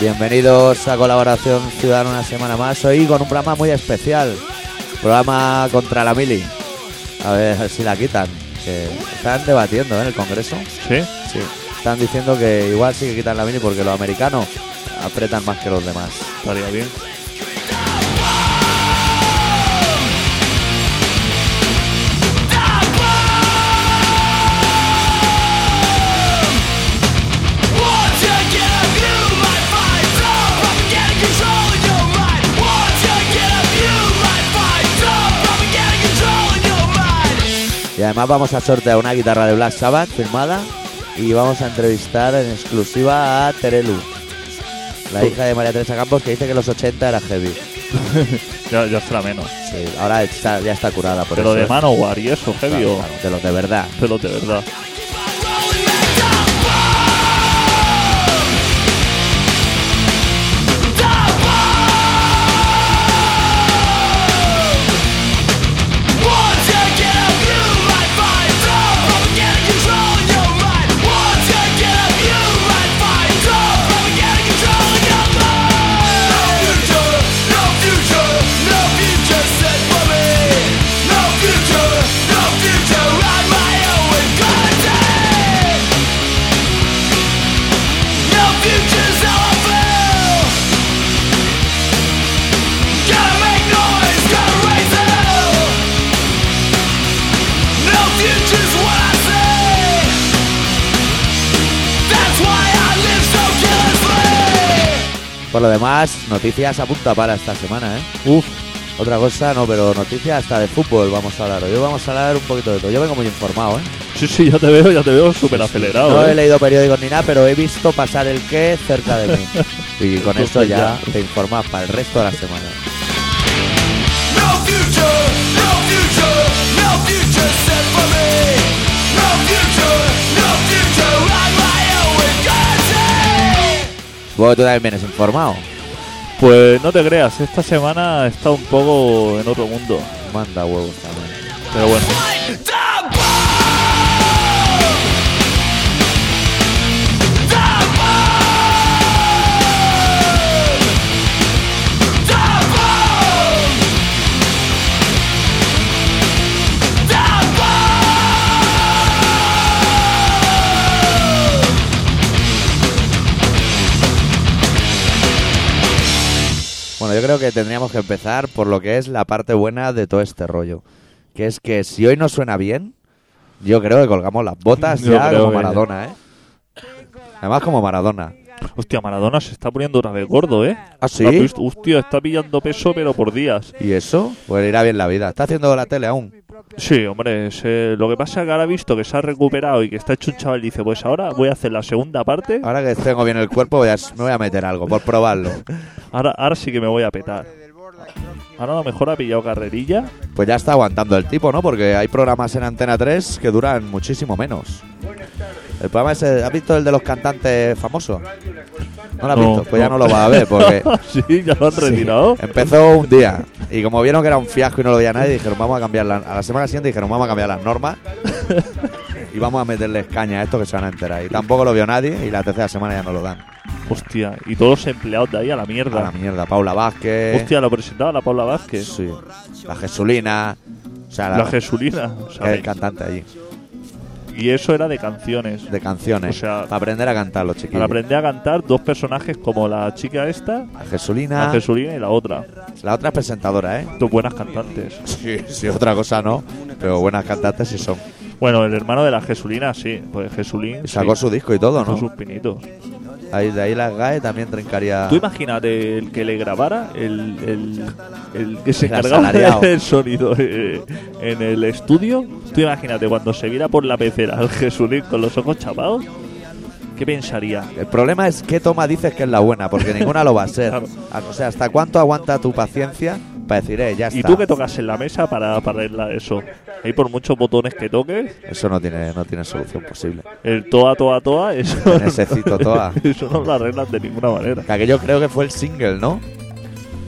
Bienvenidos a Colaboración Ciudadana una semana más. Hoy con un programa muy especial. Programa contra la mili. A ver si la quitan. Que están debatiendo ¿eh? en el Congreso. ¿Sí? Sí. Están diciendo que igual sí que quitan la mili porque los americanos apretan más que los demás. Estaría bien. Y además vamos a sortear una guitarra de Black Sabbath firmada y vamos a entrevistar en exclusiva a Terelu, la hija de María Teresa Campos que dice que los 80 era heavy. Ya, ya será menos. Sí, ahora está- ya está curada por Pero eso. de Manowar y eso, Claro, heavy o claro, de los de verdad. pelo de verdad. Future's how I feel Gotta make noise, gotta raise the hell No future's what I say That's why I live so carelessly Por lo demás, noticias a punta para esta semana, ¿eh? Uf, Otra cosa, no, pero noticias hasta de fútbol vamos a hablar. Hoy vamos a hablar un poquito de todo. Yo vengo muy informado, ¿eh? sí, sí, ya te veo, ya te veo súper acelerado. ¿eh? No he leído periódicos ni nada, pero he visto pasar el qué cerca de mí. Y con Entonces eso ya ya. te informas para el resto de la semana. No future, no future, no future set for me No future, no future on my own with God's aid Vos tú también vienes informado. Pues no te creas, esta semana está un poco en otro mundo. Manda huevos también. Pero bueno, Like the bomb The bomb The bomb The bomb Bueno, yo creo que tendríamos que empezar por lo que es la parte buena de todo este rollo. Que es que si hoy no suena bien, yo creo que colgamos las botas Yo ya creo como que- Maradona, ¿eh? Además como Maradona. hostia, Maradona se está poniendo otra vez gordo, ¿eh? ¿Ah, sí? ¿Lo has visto? Hostia, está pillando peso, pero por días. ¿Y eso? Pues le irá bien la vida. ¿Está haciendo la tele aún? Sí, hombre, se- lo que pasa es que ahora ha visto que se ha recuperado y que está hecho un chaval y dice, pues ahora voy a hacer la segunda parte, Ahora que tengo bien el cuerpo, voy a- me voy a meter algo por probarlo. ahora, ahora sí que me voy a petar. Ahora a lo mejor ha pillado carrerilla. Pues ya está aguantando el tipo, ¿no? Porque hay programas en Antena 3 que duran muchísimo menos. El programa ese, ¿has visto el de los cantantes famosos? No lo has No, visto, pues ya no no. lo vas a ver porque sí, ya lo han retirado. Sí. Eh, Empezó un día y como vieron que era un fiasco y no lo veía nadie, dijeron vamos a cambiar la, a la semana siguiente dijeron vamos a cambiar las normas y vamos a meterles caña a esto que se van a enterar. Y tampoco lo vio nadie y la tercera semana ya no lo dan. Hostia, y todos los empleados de ahí a la pues, A la mierda. mierda, Paula Vázquez, Hostia, lo presentaba la Paula Vázquez. sí, la Jesulina, o sea, la, Eh, La Jesulina. o sea, que es el cantante allí, y eso era de canciones. de canciones, O sea, para aprender a cantar los chiquillos. Para aprender a cantar dos personajes como la chica esta, La Jesulina, la Jesulina y la otra. la otra es presentadora, ¿eh? Dos buenas cantantes. Sí, sí, otra cosa no, pero buenas cantantes sí son. Bueno, el hermano de la Jesulina, sí. Pues Jesulín Y sacó sí, su disco y todo, sacó ¿no? sus pinitos. Ahí, de ahí las GAE también trincaría... Tú imagínate el que le grabara, el, el- el que se El encargaba asalariado. del sonido eh, en el estudio. Tú imagínate cuando se viera por la pecera al Jesulín con los ojos chapados. ¿Qué pensaría? El problema es qué toma dices que es la buena, porque ninguna lo va a ser. Claro. A- O sea, ¿hasta cuánto aguanta tu paciencia para decir, eh, ya está? ¿Y tú que tocas en la mesa para, para arreglar eso? Ahí por muchos botones que toques, Eso no tiene, no tiene solución posible. el toa, toa, toa, eso, En ese cito toa. eso no lo arreglas de ninguna manera. Que aquello creo que fue el single, ¿no?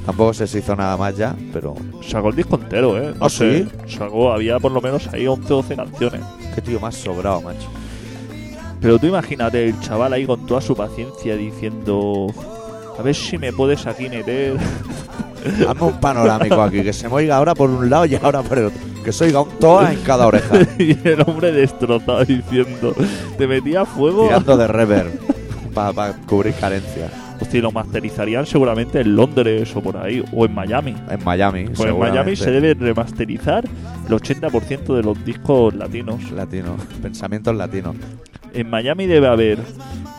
Tampoco se hizo nada más ya, pero... Sacó el disco entero, ¿eh? No ¿Ah, sé, sacó, había por lo menos ahí 11 o 12 canciones. Qué tío más sobrado, macho. Pero tú imagínate el chaval ahí con toda su paciencia diciendo... A A ver si me puedes aquí meter. Hazme un panorámico aquí, que se me oiga ahora por un lado y ahora por el otro. Que se oiga un toa en cada oreja, y el hombre destrozado diciendo: Te metía fuego. tirando de reverb para cubrir carencias. Hostia, y lo masterizarían seguramente en Londres o por ahí, o en Miami. En Miami, Pues en Miami se seguramente. debe remasterizar el 80% de los discos latinos. Latino, pensamientos latinos. En Miami debe haber,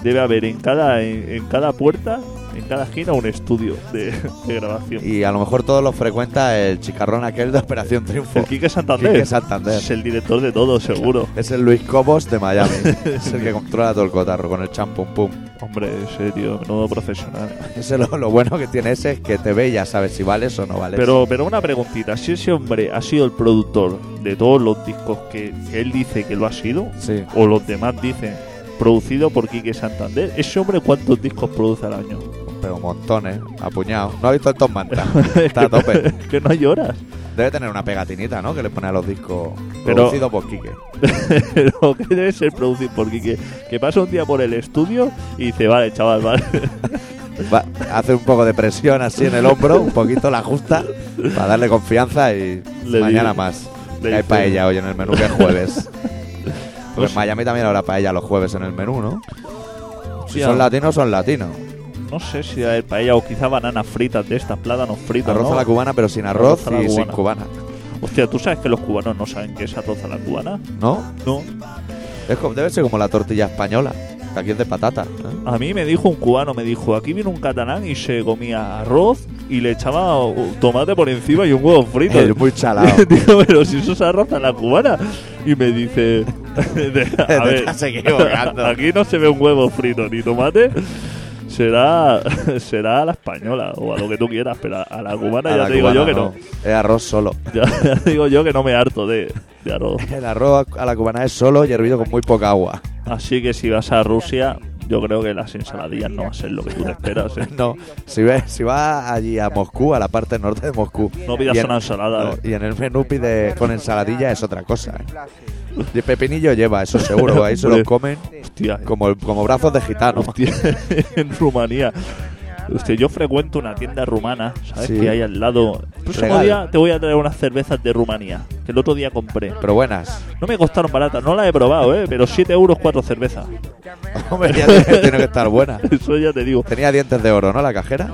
debe haber en cada, en, en cada puerta, en cada esquina un estudio de, de grabación. Y a lo mejor todos los frecuenta el chicarrón aquel de Operación Triunfo. El Quique Santander. Quique Santander. Es el director de todo, seguro. Es el Luis Cobos de Miami. es el que controla todo el cotarro con el champum pum. Hombre, ese tío, menudo profesional. Ese lo, lo bueno que tiene ese es que te ve y ya sabes si vales o no vales. Pero, pero una preguntita, si ese hombre ha sido el productor de todos los discos que, que él dice que lo ha sido, Sí. o los demás dicen producido por Quique Santander, ese hombre cuántos discos produce al año? Pero montones, apuñado. No ha visto estos mantas. Está a tope. que no lloras. Debe tener una pegatinita, ¿no? Que le pone a los discos Pero- producido por Quique. Pero que debe ser producir por Quique. Que pasa un día por el estudio y dice, vale, chaval, vale. Va- hace un poco de presión así en el hombro, un poquito la ajusta, para darle confianza y Le mañana dice- más. le Que hay dice- paella hoy en el menú, que es jueves. Porque Pues- en Miami también habrá paella los jueves en el menú, ¿no? Si Hostia. son latinos, son latinos. No sé si va a haber paella o quizá bananas fritas de estas, plátanos fritos. Arroz Ah, ¿no? a la cubana, pero sin arroz, Arroz a la y sin cubana. cubana. Hostia, ¿tú sabes que los cubanos no saben qué es arroz a la cubana? ¿No? No. Es como- debe ser como la tortilla española, que aquí es de patata. ¿eh? A mí me dijo un cubano, me dijo, aquí vino un catalán y se comía arroz y le echaba uh, tomate por encima y un huevo frito. Es Eh, muy chalado. Digo, pero si eso es arroz a la cubana. Y me dice, Te a ver, estás equivocando. aquí no se ve un huevo frito ni tomate. Será, será a la española o a lo que tú quieras, pero a- a la cubana A ya la te digo cubana yo que no. Es arroz solo. Ya, ya te digo yo que no me harto de, de arroz. El arroz a la cubana es solo y hervido con muy poca agua. Así que si vas a Rusia, yo creo que las ensaladillas no va a ser lo que tú te esperas. ¿eh? No, si ves, si vas allí a Moscú, a la parte norte de Moscú. No pidas y en- una ensalada, eh. y en el menú pide con ensaladilla es otra cosa. eh. Y el pepinillo lleva, eso seguro, ahí se lo Hombre. comen Hostia, eh. como, como brazos de gitano. Hostia, en Rumanía. Hostia, yo frecuento una tienda rumana, ¿sabes? Sí. Pues Que hay al lado. El próximo Legal. día te voy a traer unas cervezas de Rumanía, que el otro día compré. Pero buenas. No me costaron baratas, no las he probado, ¿eh? Pero 7 euros cuatro cervezas. Hombre, ya tiene, tiene que estar buena. Eso ya te digo. Tenía dientes de oro, ¿no? La cajera.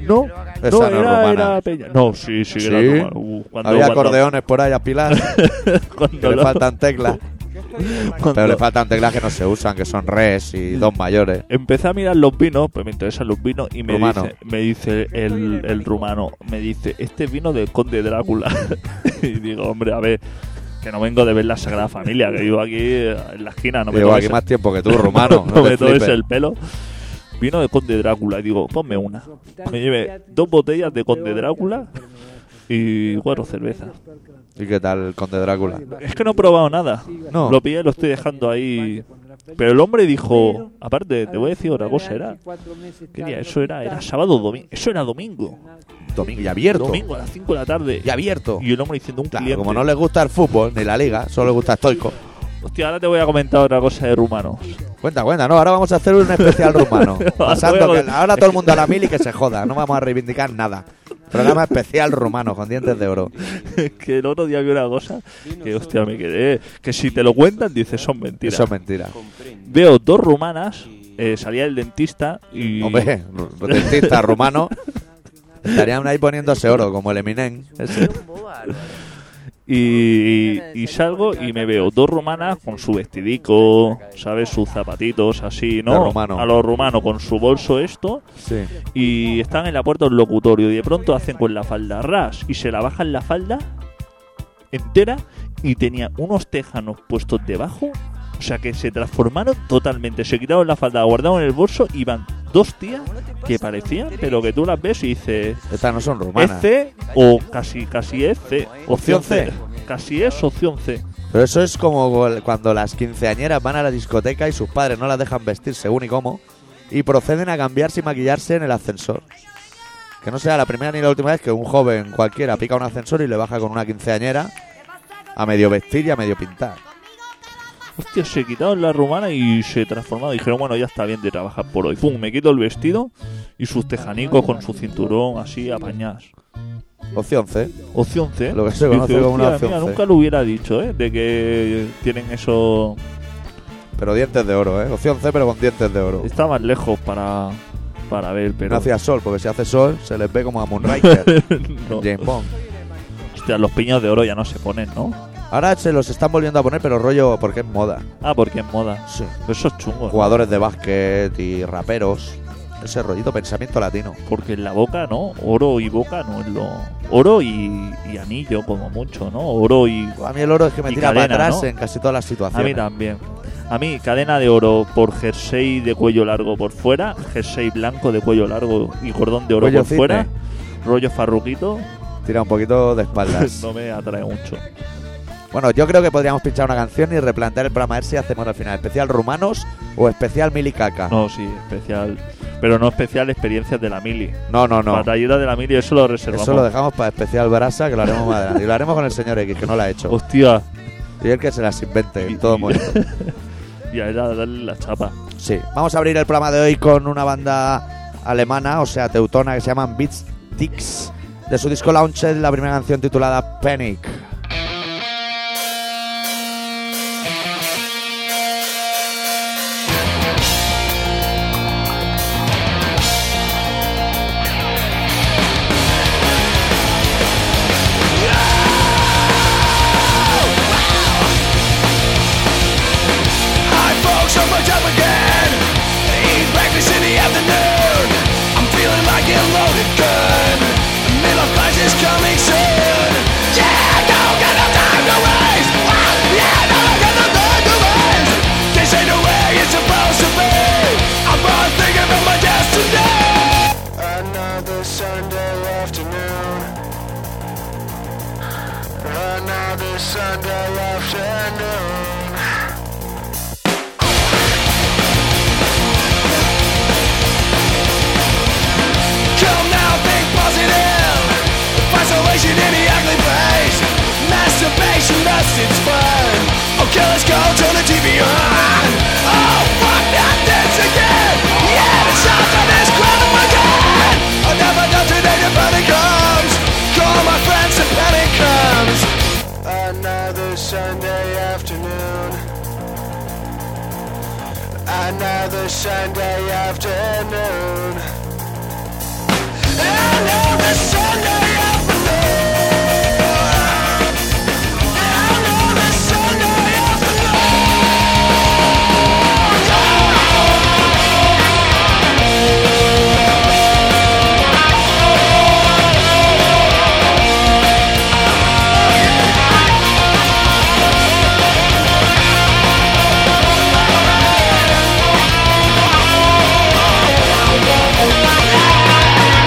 No, Esa no, no es era, rumana. era peña. No, sí, sí, era rumana. Uh, cuando- Había cuando- acordeones por ahí a pilar. cuando Que le lo- faltan teclas. cuando- Mm. Pero le faltan teclas que no se usan, que son res y dos mayores. Empecé a mirar los vinos, pues me interesan los vinos, y me Rumano. dice, me dice el, el rumano, me dice, este es vino del conde Drácula. y digo, hombre, a ver, que no vengo de ver la Sagrada Familia, que vivo aquí eh, en la esquina, no me Llevo toques aquí el- más tiempo que tú, rumano. no no te me toques flipes. el pelo. Vino de conde Drácula, y digo, ponme una. Me llevé dos botellas de conde Drácula y cuatro cervezas. ¿Y qué tal el conde Drácula? Es que no he probado nada. No. Lo pillé, lo estoy dejando ahí. Pero el hombre dijo, aparte, te voy a decir otra cosa, era... ¿Qué día? Eso era, era sábado o domingo. Eso era domingo. Domingo y abierto. Domingo a las 5 de la tarde. Y abierto. Y el hombre diciendo un Claro, cliente. como no les gusta el fútbol ni la liga, solo les gusta Stoico. Hostia, ahora te voy a comentar otra cosa de rumanos. Cuenta, cuenta, no, ahora vamos a hacer un especial rumano. Pasando Bueno. que ahora todo el mundo a la mil y que se joda, no vamos a reivindicar nada. Programa especial rumano con dientes de oro. que el otro día vi una cosa que, hostia, me quedé. Que si te lo cuentan, dices, son mentiras. Eso es mentira. Veo dos rumanas, eh, salía el dentista y. Hombre, ru- dentista rumano. Estarían ahí poniéndose oro, como el Eminem. ese. Y, y salgo y me veo dos rumanas con su vestidico, ¿sabes? Sus zapatitos así, ¿no? De rumano. A los rumanos con su bolso esto. Sí. Y están en la puerta del locutorio y de pronto hacen con la falda ras y se la bajan la falda entera y tenía unos tejanos puestos debajo. O sea que se transformaron totalmente. Se quitaron la falda, la guardaron en el bolso y van dos tías que parecían, pero que tú las ves y dices, Estas no son rumanas. ¿es C o casi, casi es C? Opción Opción C. C. Casi es opción C. Pero eso es como el- cuando las quinceañeras van a la discoteca y sus padres no las dejan vestir según y cómo y proceden a cambiarse y maquillarse en el ascensor. Que no sea la primera ni la última vez que un joven cualquiera pica un ascensor y le baja con una quinceañera a medio vestir y a medio pintar. Hostia, se quitaron la rumana y se transformaron. Dijeron, bueno, ya está bien de trabajar por hoy. Pum, me quito el vestido y sus tejanicos con su cinturón así apañadas. Ocio 11. Opción C. Lo que se conoce como una "Hostia, opción mira, C". Nunca lo hubiera dicho, ¿eh? De que tienen eso... Pero dientes de oro, ¿eh? Opción C, pero con dientes de oro. Está más lejos para, para ver, pero... No hacía sol, porque si hace sol se les ve como a Moonraker, No. James Bond. Hostia, los piños de oro ya no se ponen, ¿no? Ahora se los están volviendo a poner, pero rollo porque es moda. Ah, porque es moda. Sí. Pero Eso es chungo. ¿no? Jugadores de básquet y raperos. Ese rollito pensamiento latino. Porque en la boca, ¿no? Oro y boca no es lo... Oro y, y anillo, como mucho, ¿no? Oro y... A mí el oro es que me Y tira cadena, para atrás ¿no? en casi todas las A mí situaciones. también. A mí, cadena de oro por jersey de cuello largo por fuera, jersey blanco de cuello largo y cordón de oro Cuello por cisne. fuera, rollo farruquito, Tira un poquito de espaldas. no me atrae mucho. bueno, yo creo que podríamos pinchar una canción y replantear el programa a ver si hacemos al final especial rumanos o especial milicaca. No, sí, especial. Pero no especial experiencias de la mili. no, no. no. Batallita de la mili, eso lo reservamos. Eso lo dejamos para especial brasa, que lo haremos más adelante. Y lo haremos con el señor X, que no lo ha hecho. Hostia, Y el que se las invente en todo momento. ya era darle la chapa. Sí. Vamos a abrir el programa de hoy con una banda alemana, o sea, teutona, que se llaman Beats Ticks. De su disco Launched, la primera canción titulada Panic. Hi folks, I'm much up again. Eat breakfast in the afternoon. I'm feeling like a loaded gun. The middle class is coming soon. Yeah, no, got no time to waste. Ah, yeah, no, got no time to waste. This ain't the way it's supposed to be. I'm not thinking about my destiny. Another Sunday afternoon. Another Sunday afternoon. Come now, think positive. Isolation in the ugly place. Masturbation, that's its fun. Okay, let's go, turn the TV on. Oh, fuck, not this again. Yeah, the shots on this crowd oh again. I'll never know today the panic comes. Call my friends, the panic comes. Another Sunday afternoon. Another Sunday afternoon. Another Sunday afternoon. Another Sunday afternoon.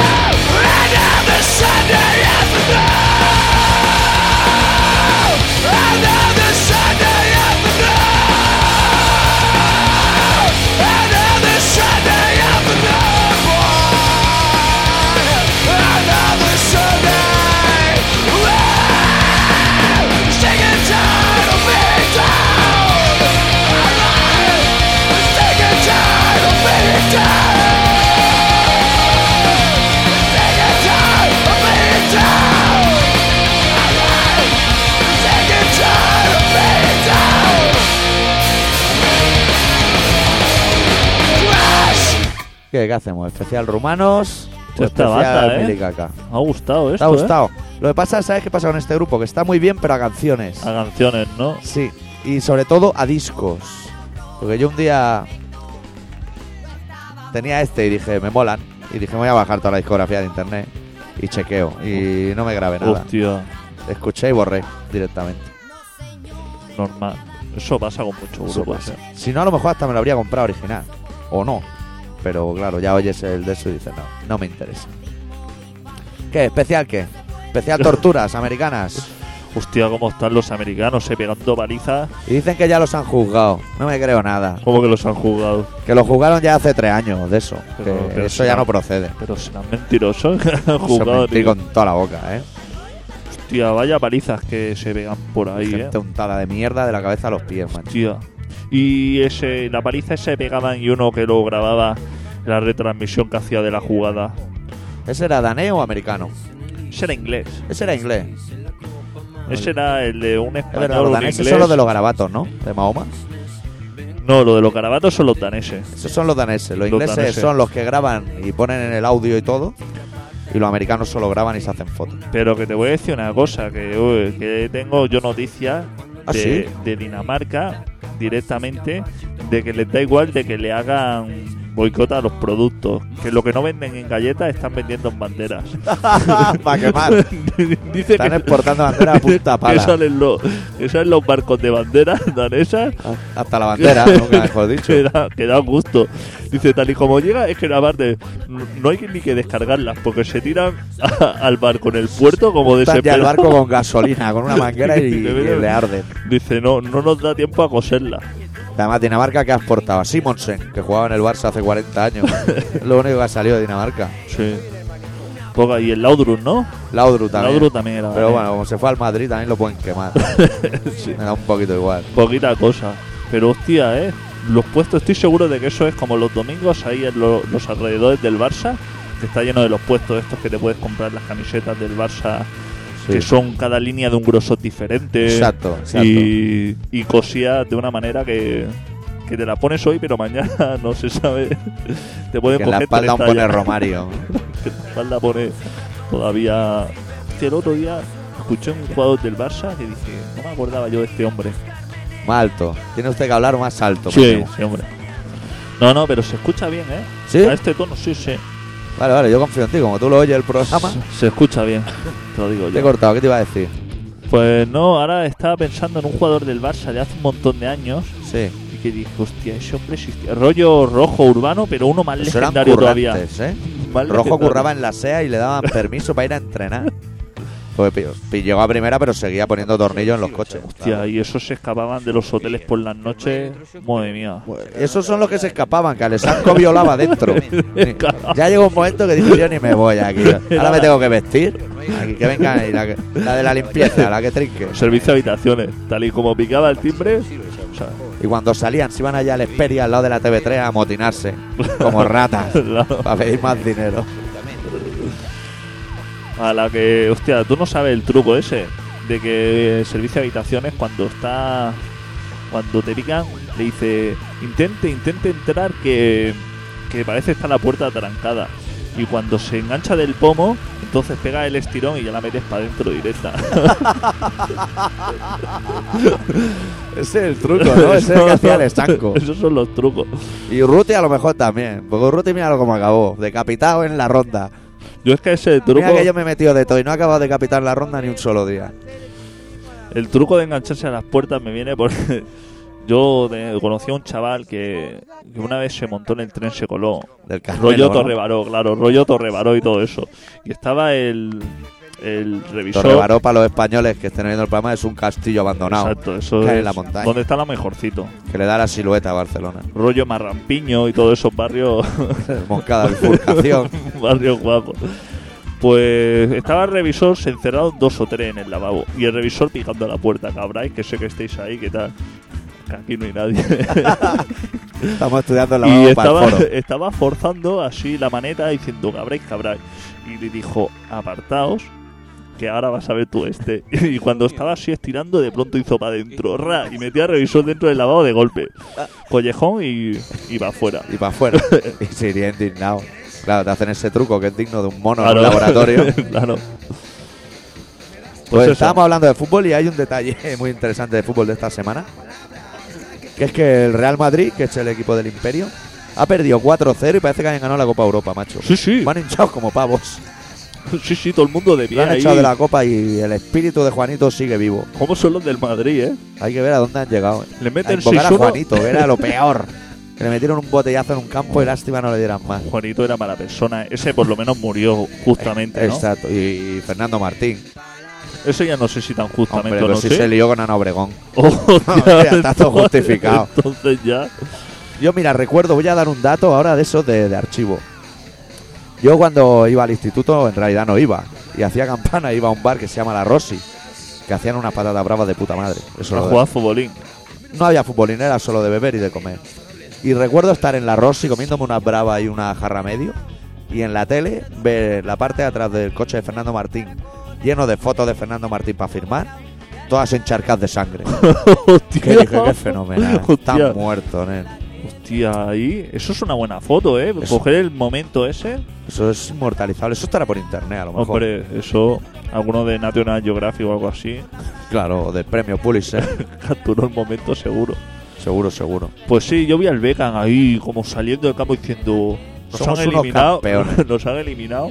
Another Sunday afternoon. Another Sunday afternoon. Another Sunday afternoon, boy. Another Sunday. Wow. Sick and tired of being down. Alright. Sick and tired of being down. ¿Qué, qué hacemos? ¿Especial rumanos? o Esta especial banda, ¿eh? milicaca? Me ha gustado ¿Te esto. ha ¿eh? gustado? Lo que pasa, ¿sabes qué pasa con este grupo? Que está muy bien, pero a canciones. A canciones, ¿no? Sí, y sobre todo a discos. Porque yo un día tenía este y dije, me molan. Y dije, me voy a bajar toda la discografía de internet. Y chequeo. Y no me grabé nada. Hostia, Escuché y borré directamente. normal. Eso pasa con muchos Eso grupos. pasa. ¿eh? pues, Si no, a lo mejor hasta me lo habría comprado original. O no. Pero claro, ya oyes el de eso y dices, no, no me interesa. ¿Qué? ¿Especial qué? ¿Especial torturas americanas? Hostia, cómo están los americanos, eh, pegando balizas. Y dicen que ya los han juzgado. No me creo nada. Como que los han jugado. Que lo jugaron ya hace tres años de eso. Pero- que pero eso si ya no- no procede. Pero serán mentirosos que han Eso es jugado. mentir con toda la boca, ¿eh? Hostia, vaya palizas que se pegan por ahí, eh. Gente untada de mierda de la cabeza a los pies, macho. Hostia. Y ese, la paliza se pegaban y uno que lo grababa la retransmisión que hacía de la jugada. ¿Ese era danés o americano? Ese era inglés. Ese era inglés. Ese era el Ah, de un Es verdad, español. los un daneses inglés. son los de los garabatos, ¿no? De Mahoma. No, lo de los carabatos son los daneses. Esos son los daneses. Los Los ingleses daneses. son los que graban y ponen en el audio y todo. Y los americanos solo graban y se hacen fotos. Pero que te voy a decir una cosa, que, uy, que tengo yo noticias ¿Ah, de, sí? de Dinamarca directamente de que les da igual de que le hagan boicot a los productos, que lo que no venden en galletas están vendiendo en banderas. Para quemar. Dice Están que, exportando banderas a punta que pala. salen los, que salen los barcos de banderas danesas Hasta la bandera, nunca mejor dicho. que, da, que da gusto. Dice, tal y como llega, es que la parte no no hay ni que descargarlas porque se tiran a- al barco en el puerto como Están ya el desesperados. barco con gasolina, con una manguera y, y le arden. Dice, no, no nos da tiempo a coserla. Además, Dinamarca que ha exportado a Simonsen, que jugaba en el Barça hace 40 años. Lo único que ha salido de Dinamarca. Sí. Poca- y el Laudrun, ¿no? Laudrup también. Laudrup también era Pero danés. bueno, como se fue al Madrid también lo pueden quemar. Sí. Me da un poquito igual. Poquita cosa. Pero hostia, ¿eh? Los puestos, estoy seguro de que eso es como los domingos ahí en lo- los alrededores del Barça, que está lleno de los puestos estos que te puedes comprar las camisetas del Barça, Sí. que son cada línea de un grosor diferente. Exacto, exacto. Y, y cosías de una manera que, que te la pones hoy, pero mañana no se sabe. Te pueden que en la coger espalda un tres pone tallas. Romario. que la espalda pone todavía. Hostia, el otro día escuché un jugador del Barça que dije, no me acordaba yo de este hombre. Más alto. Tiene usted que hablar más alto. Sí, Paco. sí, hombre. No, no, pero se escucha bien, ¿eh? ¿Sí? A este tono, sí, sí. Vale, vale, yo confío en ti. Como tú lo oyes el programa, Se, se escucha bien, te lo digo te he yo. cortado. ¿Qué te iba a decir? Pues no, ahora estaba pensando en un jugador del Barça de hace un montón de años Sí. y que dije, hostia, ese hombre existía. Rollo rojo urbano, pero uno más Eso Pues eran legendario todavía. currantes, ¿eh? Más Rojo legendario. curraba en la SEA y le daban permiso para ir a entrenar. Pues pi- pi- llegó a primera, pero seguía poniendo tornillos en los coches. Hostia, y esos se escapaban de los hoteles por las noches. Madre mía. Pues Esos son los que se escapaban, que Alessanco violaba dentro. Ni- Ya llegó un momento que dije yo ni me voy aquí. Ahora me tengo que vestir. Aquí que venga ahí, la, que- la de la limpieza, la que trinque. Servicio de habitaciones, tal y como picaba el timbre. o sea, Y cuando salían, se iban allá al Esperia al lado de la TV3 a amotinarse, como ratas, la- para pedir más dinero. a la que, hostia, tú no sabes el truco ese de que el servicio de habitaciones cuando está. Cuando te pican, le dice: intente, intente entrar, que, que parece que está la puerta atrancada. Y cuando se engancha del pomo, entonces pega el estirón y ya la metes para adentro directa. Ese es el truco, ¿no? Ese es el que hacía el estanco. Esos son los trucos. Y Urruti a lo mejor también, porque Urruti mira cómo acabó, decapitado en la ronda. Yo es que ese truco. Mira que yo me he metido de todo y no he acabado de decapitar en la ronda ni un solo día. El truco de engancharse a las puertas me viene porque yo de- conocí a un chaval que, que una vez se montó en el tren, se coló. Del Rollo Carmelo, ¿no? Torrevaró, claro, rollo Torrevaró y todo eso. Y estaba el, el revisor. Torrevaró para los españoles que estén viendo el programa es un castillo abandonado Exacto, eso que hay en es la montaña. donde está lo mejorcito. que le da la silueta a Barcelona. Rollo Marrampiño y todos esos barrios Moscada, bifurcación. Un barrio guapo. Pues estaba el revisor, se encerraron dos o tres en el lavabo. Y el revisor picando a la puerta, cabráis, que sé que estáis ahí, que tal. Que aquí no hay nadie. Estamos estudiando la y lavabo para estaba, el foro. estaba forzando así la maneta diciendo cabráis, cabráis. Y le dijo, apartaos, que ahora vas a ver tú este. Y cuando estaba así estirando, de pronto hizo para adentro, ra, y metía al revisor dentro del lavabo de golpe. Collejón y, y va afuera. Y para afuera. y se iría indignado. Claro, te hacen ese truco que es digno de un mono Claro. en un laboratorio. claro. Pues eso. estábamos hablando de fútbol y hay un detalle muy interesante de fútbol de esta semana. Que es que el Real Madrid, que es el equipo del Imperio, ha perdido 4-0 y parece que han ganado la Copa Europa, macho. Sí, sí. Me han hinchado como pavos. Sí, sí, todo el mundo de Lo pie han ahí. echado de la Copa y el espíritu de Juanito sigue vivo. ¿Cómo son los del Madrid, eh? Hay que ver a dónde han llegado. eh. Le A meten invocar a 6-1. Juanito, que era lo peor. Que le metieron un botellazo en un campo y lástima no le dieran más. Juanito era mala persona. Ese por lo menos murió justamente, ¿no? Exacto. Y, y Fernando Martín. Ese ya no sé si tan justamente Hombre, o pero no si sé. se lió con Ana Obregón. Oh, Hostia, está entonces- todo justificado. Entonces ya. Yo, mira, recuerdo, voy a dar un dato ahora de eso de, de archivo. Yo cuando iba al instituto, en realidad no iba. Y hacía campana, iba a un bar que se llama La Rossi. Que hacían unas patatas bravas de puta madre. Eso A lo- jugar a futbolín. No había futbolín, era solo de beber y de comer. Y recuerdo estar en la Rossi comiéndome una brava y una jarra medio. Y en la tele ver la parte de atrás del coche de Fernando Martín, lleno de fotos de Fernando Martín para firmar, todas encharcadas de sangre. Hostia. que dije, qué fenomenal. Hostia. Están muertos, nen. Hostia, ahí. Eso es una buena foto, ¿eh? Eso. Coger el momento ese. Eso es inmortalizable. Eso estará por internet, a lo mejor. Hombre, eso. Alguno de National Geographic o algo así. Claro, de premio Pulitzer. Capturó el momento seguro. seguro, seguro. Pues sí, yo vi al Beckham ahí, como saliendo del campo diciendo. Nos Somos han unos eliminado. campeones. nos han eliminado.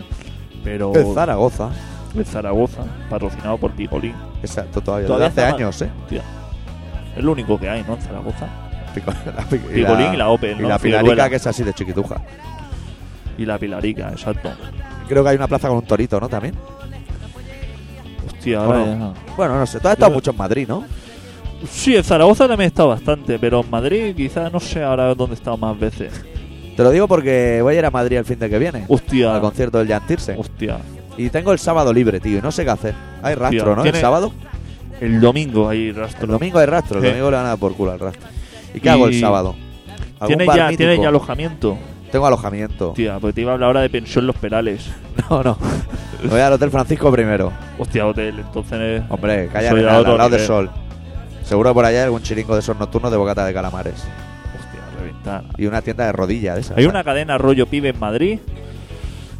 Pero. El Zaragoza. el Zaragoza, patrocinado por Picolín. Exacto, todavía. Todavía desde está- hace años, ¿eh? Es lo único que hay, ¿no? En Zaragoza. Pico- la pico- Picolín y la Opel, ¿no? Y la Figueruela. pilarica que es así de chiquituja. Y la Pilarica, exacto. Creo que hay una plaza con un torito, ¿no? También. Hostia, Bueno, ahora ya- Bueno, no sé. Tú has estado Yo- mucho en Madrid, ¿no? Sí, en Zaragoza también he estado bastante, pero en Madrid quizás no sé ahora dónde he estado más veces. Te lo digo porque voy a ir a Madrid el fin de que viene. Hostia, Al concierto del Yantirse. hostia. Y tengo el sábado libre, tío. Y no sé qué hacer. Hay rastro, ¿no? tiene- El sábado. El domingo ahí rastro. El domingo hay rastro. El Sí. domingo le van a dar por culo al rastro. ¿Y qué Y- hago el sábado? ¿Algún ¿Tienes bar ya, mítico? ¿Tienes ya alojamiento? Tengo alojamiento. Hostia, porque te iba a hablar ahora de pensión Los Perales. No, no. Me voy al Hotel Francisco primero. Hostea hotel, entonces... Hombre, calla Soy al a otro lado del nivel. sol. Seguro por allá hay algún chiringo de esos nocturnos de bocata de calamares. Hostia, reventar. Y una tienda de rodillas de esas. Hay una cadena rollo pibe en Madrid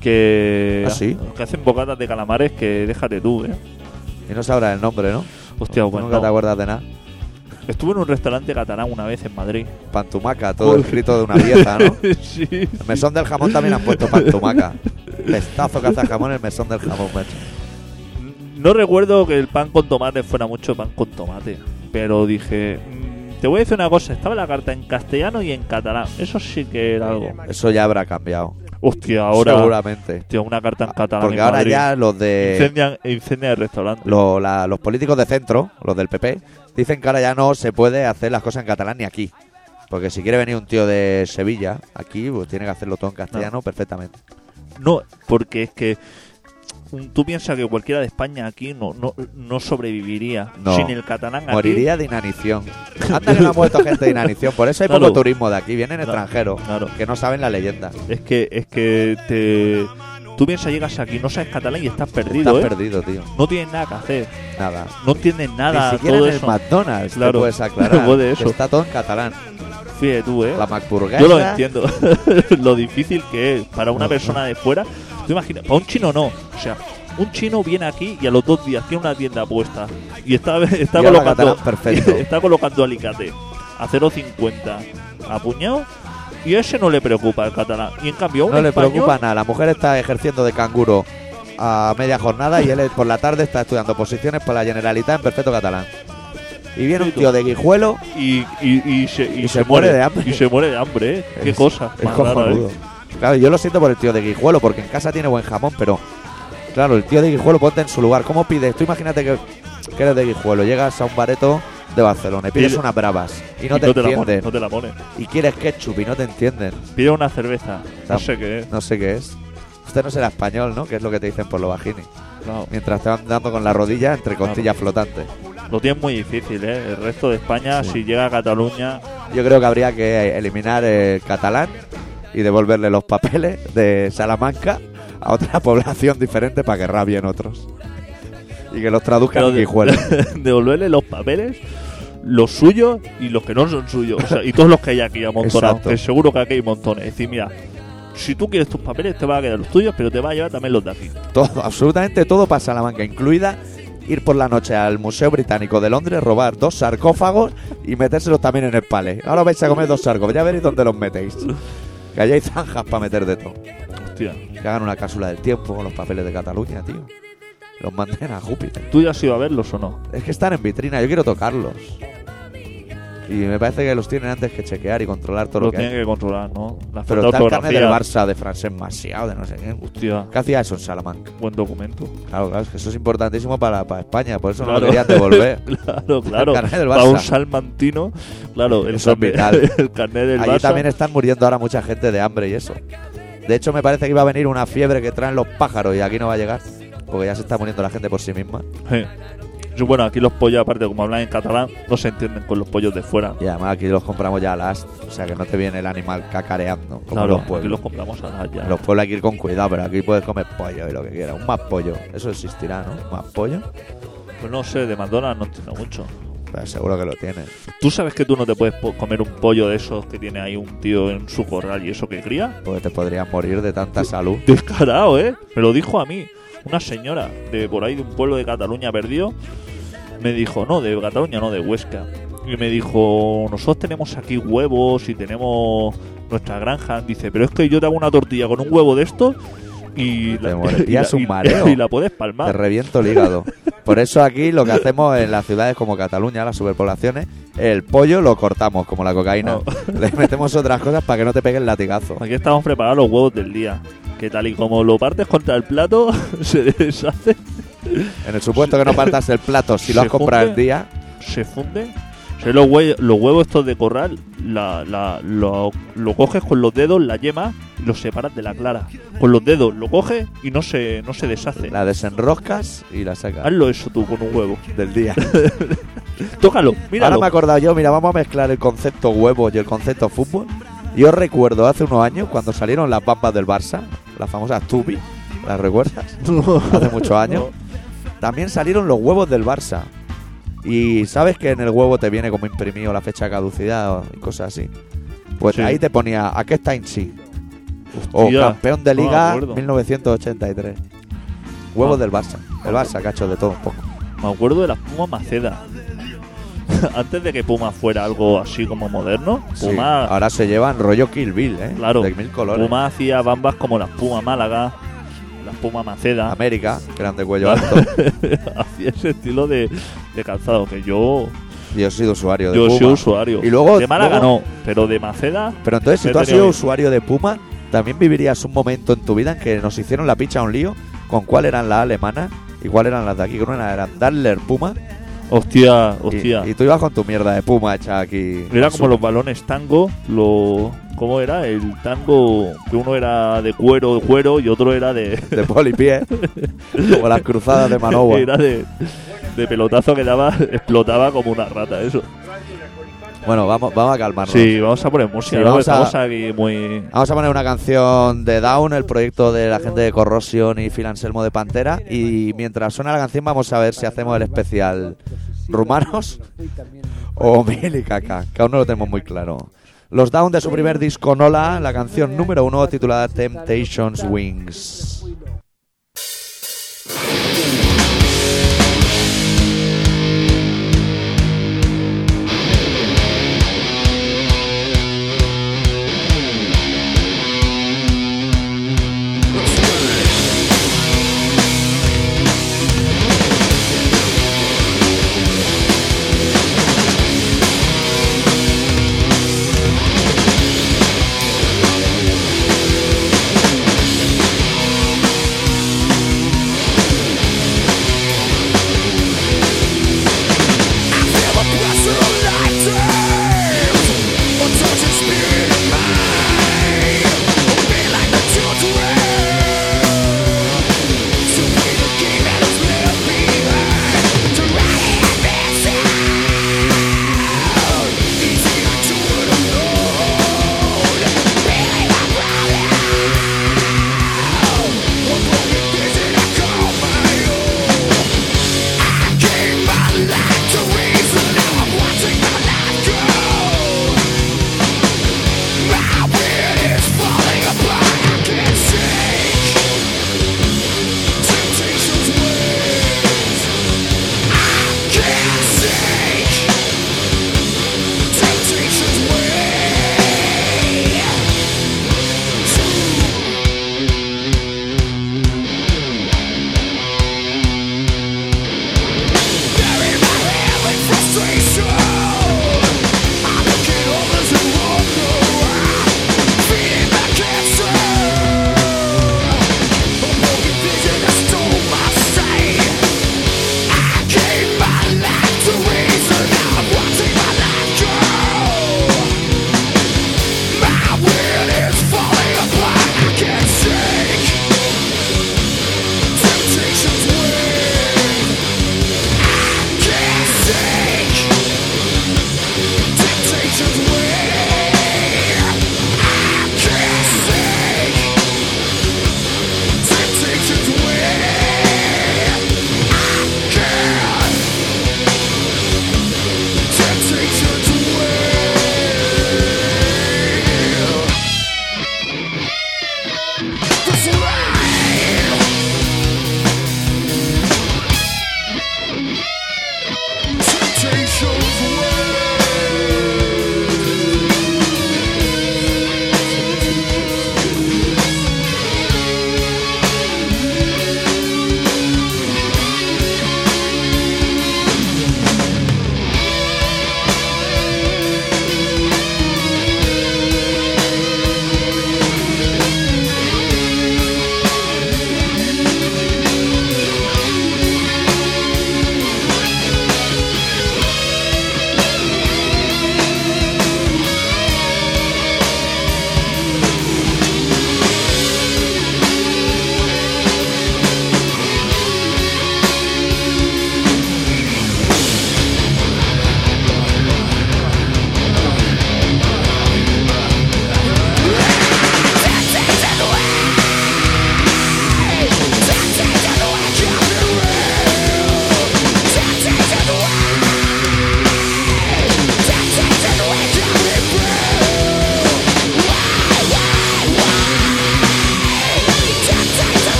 que, ¿Ah, sí? que hacen bocatas de calamares que déjate tú, ¿eh? Y no sabrás el nombre, ¿no? Hostia, Tú bueno. Nunca te acuerdas de nada. Estuve en un restaurante catalán una vez en Madrid. Pantumaca, todo Uy. el grito de una pieza, ¿no? sí. El mesón del jamón también han puesto pantumaca. Pestazo que hace el jamón, el mesón del jamón, macho. No recuerdo que el pan con tomate fuera mucho pan con tomate, pero dije, "Mm, te voy a decir una cosa, estaba la carta en castellano y en catalán, eso sí que era algo. Eso ya habrá cambiado. Hostia, ahora Seguramente. hostia, una carta en catalán. Porque en ahora Madrid. ya los de. incendian, incendian el restaurante. lo- la- los políticos de centro, los del PP, dicen que ahora ya no se puede hacer las cosas en catalán ni aquí. Porque si quiere venir un tío de Sevilla aquí, pues tiene que hacerlo todo en castellano perfectamente. No, porque es que mm, tú piensas que cualquiera de España aquí no no, no sobreviviría No. sin el catalán aquí. Moriría de inanición. Anda que no ha muerto gente de inanición. Por eso hay Claro. poco turismo de aquí. Vienen Claro, extranjeros Claro. que no saben la leyenda. Es que es que te tú piensas llegas aquí no sabes catalán y estás perdido, Estás ¿eh? perdido, tío. No tienes nada que hacer. Nada. No entiendes nada. Ni siquiera todo en el eso. McDonald's Claro. te puedes aclarar. Luego de eso. Está todo en catalán. Fíjate tú, ¿eh? La McBurguesa. Yo lo entiendo. lo difícil que es para una No, persona de fuera. Tú imaginas, para un chino no. O sea, un chino viene aquí y a los dos días tiene una tienda puesta. Y está, está, Y habla colocando, catalán perfecto. está colocando alicate a 0,50 a puñado. Y ese no le preocupa el catalán. Y en cambio, a un No le español, preocupa nada. La mujer está ejerciendo de canguro a media jornada y él por la tarde está estudiando posiciones para la Generalitat en perfecto catalán. Y viene un tío de Guijuelo. Y, y- y se, y Y se se muere de hambre. Y se muere de hambre, ¿eh? Qué es- cosa. Es más rara, cojonudo. ¿eh? Claro, yo lo siento por el tío de Guijuelo, porque en casa tiene buen jamón, pero claro, el tío de Guijuelo ponte en su lugar. ¿Cómo pides? Tú imagínate que, que eres de Guijuelo, llegas a un bareto de Barcelona y pides Pide- unas bravas y no Y te la pone- entienden. no te la pone. Y quieres ketchup y no te entienden. Pide una cerveza. No Tam- sé qué ¿eh? es. No sé qué es. Usted no será español, ¿no? Que es lo que te dicen por los bajini. No. Mientras te van dando con la rodilla entre costillas flotantes. Lo tiene muy difícil, ¿eh? El resto de España, si llega a Cataluña, Yo creo que habría que eliminar el catalán y devolverle los papeles de Salamanca a otra población diferente para que rabien otros. Y que los traduzcan Pero en de- Guijuelo. devolverle los papeles, los suyos y los que no son suyos. O sea, y todos los que hay aquí amontonados, Exacto. que seguro que aquí hay montones. Es decir, mira, si tú quieres tus papeles, te va a quedar los tuyos, pero te va a llevar también los de aquí. Todo, absolutamente todo para Salamanca, incluida ir por la noche al Museo Británico de Londres, robar dos sarcófagos y metérselos también en el palé. Ahora vais a comer dos sarcófagos, ya veréis dónde los metéis. Que allá hay zanjas para meter de todo. Hostia, Que hagan una cápsula del tiempo con los papeles de Cataluña, tío. Los manden a Júpiter. ¿tú ya has ido a verlos o no? Es que están en vitrina, yo quiero tocarlos. Y me parece que los tienen antes que chequear y controlar todo Los lo que hay. tienen que controlar, ¿no? La Pero falta está de el carnet del ortografía. Barça, de francés Masiao, de no sé qué. Hostia, ¿Qué hacía eso en Salamanca? buen documento. Claro, claro, es que eso es importantísimo para, para España, por eso no Claro. lo querían devolver. Claro, claro. carnet del Para Barça. un salmantino, claro, el, Eso es carnet- vital. el carnet del Allí Barça. también están muriendo ahora mucha gente de hambre y eso. De hecho, me parece que iba a venir una fiebre que traen los pájaros y aquí no va a llegar, porque ya se está muriendo la gente por sí misma. Sí. Yo, bueno, aquí los pollos, aparte, como hablan en catalán, no se entienden con los pollos de fuera. Y además aquí los compramos ya a las. O sea que no te viene el animal cacareando. Como Claro, los aquí pueblos. los compramos a la ya. En los pueblos hay que ir con cuidado, pero aquí puedes comer pollo y lo que quieras. Un más pollo. Eso existirá, ¿no? Un más pollo. Pues no sé, de McDonald's no tiene mucho. Pero seguro que lo tienen. ¿Tú sabes que tú no te puedes po- comer un pollo de esos que tiene ahí un tío en su corral y eso que cría? Porque te podrías morir de tanta salud. Descarado, ¿eh? Me lo dijo a mí. Una señora de por ahí, de un pueblo de Cataluña perdido, me dijo, no, de Cataluña, no, de Huesca. Y me dijo, nosotros tenemos aquí huevos y tenemos nuestra granja. Dice, pero es que yo te hago una tortilla con un huevo de estos y Te mueres. Pillas un y- mareo. y la puedes Te palmar. reviento el hígado. Por eso aquí lo que hacemos en las ciudades como Cataluña, las superpoblaciones, el pollo lo cortamos como la cocaína. Oh. Le metemos otras cosas para que no te pegue el latigazo. Aquí estamos preparados los huevos del día. Que tal y como lo partes contra el plato, se deshace, En el supuesto que no partas el plato, si lo Se has comprado el funde. día, se funde. O sea, los, hue- los huevos estos de corral, la, la- lo, lo coges con los dedos, la yema, y los separas de la clara. Con los dedos lo coges y no se, no se deshace. la desenroscas y la sacas Hazlo eso tú con un huevo. del día. Tócalo, míralo. Ahora me he acordado yo, mira, vamos a mezclar el concepto huevos y el concepto fútbol. Yo recuerdo hace unos años cuando salieron las bambas del Barça, las famosas Tubi, ¿las recuerdas? Hace muchos años. También salieron los huevos del Barça. Y sabes que en el huevo te viene como imprimido la fecha de caducidad y cosas así. Pues Sí. ahí te ponía, ¿a qué está en sí? O Hostia, Oh, campeón de no me liga acuerdo. 1983. Huevos Ah. del Barça. El Barça, cacho, de todo un poco. Me acuerdo de las Pumas Maceda. Antes de que Puma fuera algo así como moderno, Sí, Puma Ahora se llevan rollo Kill Bill, ¿eh? Claro. De mil colores. Puma hacía bambas como la espuma Málaga, la espuma Maceda. América, grande cuello alto. hacía ese estilo de, de calzado que yo, Yo he sido usuario de yo Puma. soy usuario. Y luego- de Málaga luego- no, pero de Maceda. Pero entonces, si He tú has tenido sido bien. usuario de Puma, también vivirías un momento en tu vida en que nos hicieron la picha un lío con cuál eran las alemanas y cuál eran las de aquí. Que una eran Daler Puma Hostia, y- hostia. Y, tú ibas con tu mierda de Puma hecha aquí. era como los balones tango, lo ¿cómo era? El tango que uno era de cuero, cuero y otro era de De polipié. como las cruzadas de Manowar. era de, de pelotazo que daba, explotaba como una rata eso. Bueno, vamos, vamos a calmarnos. Sí, vamos a poner música, Sí, ¿no? vamos a- Ah, estamos aquí muy Vamos a poner una canción de Down, el proyecto de la gente de Corrosion y Phil Anselmo de Pantera. Y mientras suena la canción, vamos a ver si hacemos el especial rumanos o mil y caca, que aún no lo tenemos muy claro. Los Down de su primer disco Nola, la canción número uno titulada Temptations Wings. Temptations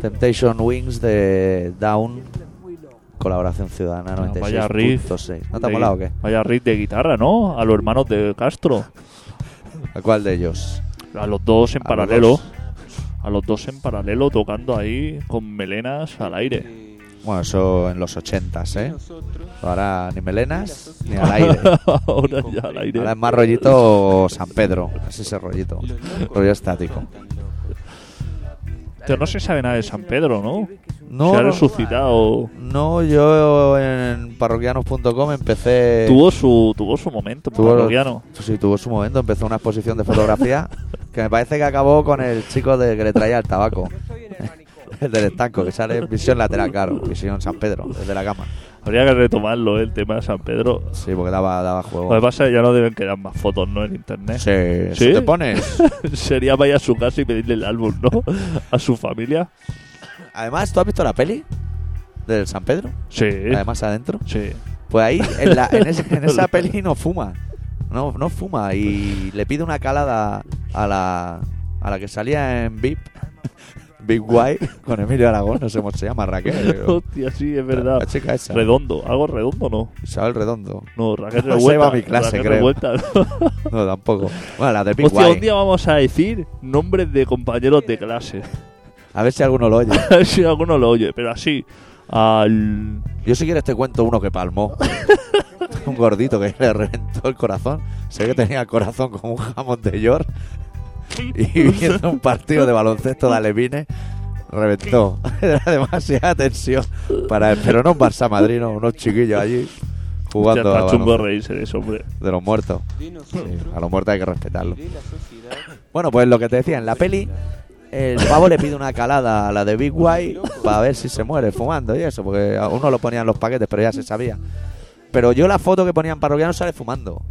Temptation Wings de Down, colaboración ciudadana Ah, vaya riff. 96.6. ¿No te ha De- molado o qué? Vaya riff de guitarra, ¿no? A los hermanos de Castro. ¿A cuál de ellos? A los dos en A los paralelo. dos. A los dos en paralelo tocando ahí con melenas al aire. Bueno, eso en los 80s, ¿eh? Ahora ni melenas ni al aire. Ahora ya al aire. Ahora es más rollito San Pedro, así ese rollito. Rollo estático. Pero no se sabe nada de San Pedro, ¿no? No, se ha no. resucitado. No, yo en parroquianos.com empecé. Tuvo su, tuvo su momento, tuvo- parroquiano. Sí, tuvo su momento. Empezó una exposición de fotografía que me parece que acabó con el chico de que le traía el tabaco. El del estanco, que sale en visión lateral, claro. Visión San Pedro, desde la cama. Habría que retomarlo, ¿eh? el tema de San Pedro. Sí, porque daba, daba Lo que juego. pasa es que ya no deben quedar más fotos, ¿no? En internet. Sí, ¿eso ¿Sí? te pones. Sería vaya a su casa y pedirle el álbum, ¿no? A su familia. Además, ¿tú has visto la peli? Del San Pedro, Sí. además adentro. Sí. Pues ahí, en, la- en esa- en esa peli no fuma. No, no fuma. Y le pide una calada a la, a la que salía en VIP. Big White con Emilio Aragón, no sé cómo se llama, Raquel. creo. Hostia, sí, es La, verdad. la chica esa. Redondo, algo redondo, ¿no? Isabel Redondo. No, Raquel No, Revuelta. se iba a mi clase, Raquel creo. Revuelta. Hostia, No, tampoco. Bueno, la de Big un White. día vamos a decir nombres de compañeros de clase. A ver si alguno lo oye. A ver si alguno lo oye, pero así. Al. Yo, si quieres, te cuento uno que palmó. un gordito que le reventó el corazón. Sé que tenía el corazón como un jamón de York. Y viendo un partido de baloncesto de alevines, reventó. Era demasiada tensión. Para él. Pero no un Barça madrino, unos chiquillos allí Ya jugando está a chungo baloncesto reírse de eso, hombre. de los muertos. Sí, a los muertos hay que respetarlo. Bueno, pues lo que te decía, en la peli el pavo le pide una calada a la de Big White para ver si se muere fumando y eso, porque a uno lo ponían en los paquetes, pero ya se sabía. Pero yo la foto que ponían parroquianos sale fumando.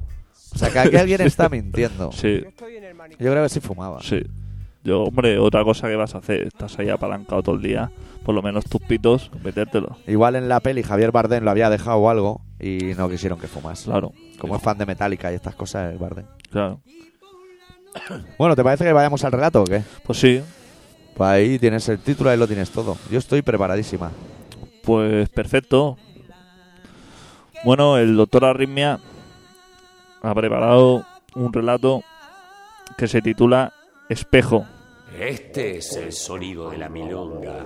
O sea, que aquí alguien está mintiendo. Sí, Yo creo que sí fumaba. sí. Yo, hombre, otra cosa que vas a hacer, estás ahí apalancado todo el día, por lo menos tus pitos, metértelo. Igual en la peli Javier Bardem lo había dejado o algo y no quisieron que fumase. Claro, Como es fan de Metallica y estas cosas, el Bardem. claro. Bueno, ¿te parece que vayamos al relato o qué? Pues sí, Pues ahí tienes el título, ahí lo tienes todo. Yo estoy preparadísima. Pues perfecto. Bueno, el doctor Arritmia ha preparado un relato que se titula Espejo. Este es el sonido de la milonga.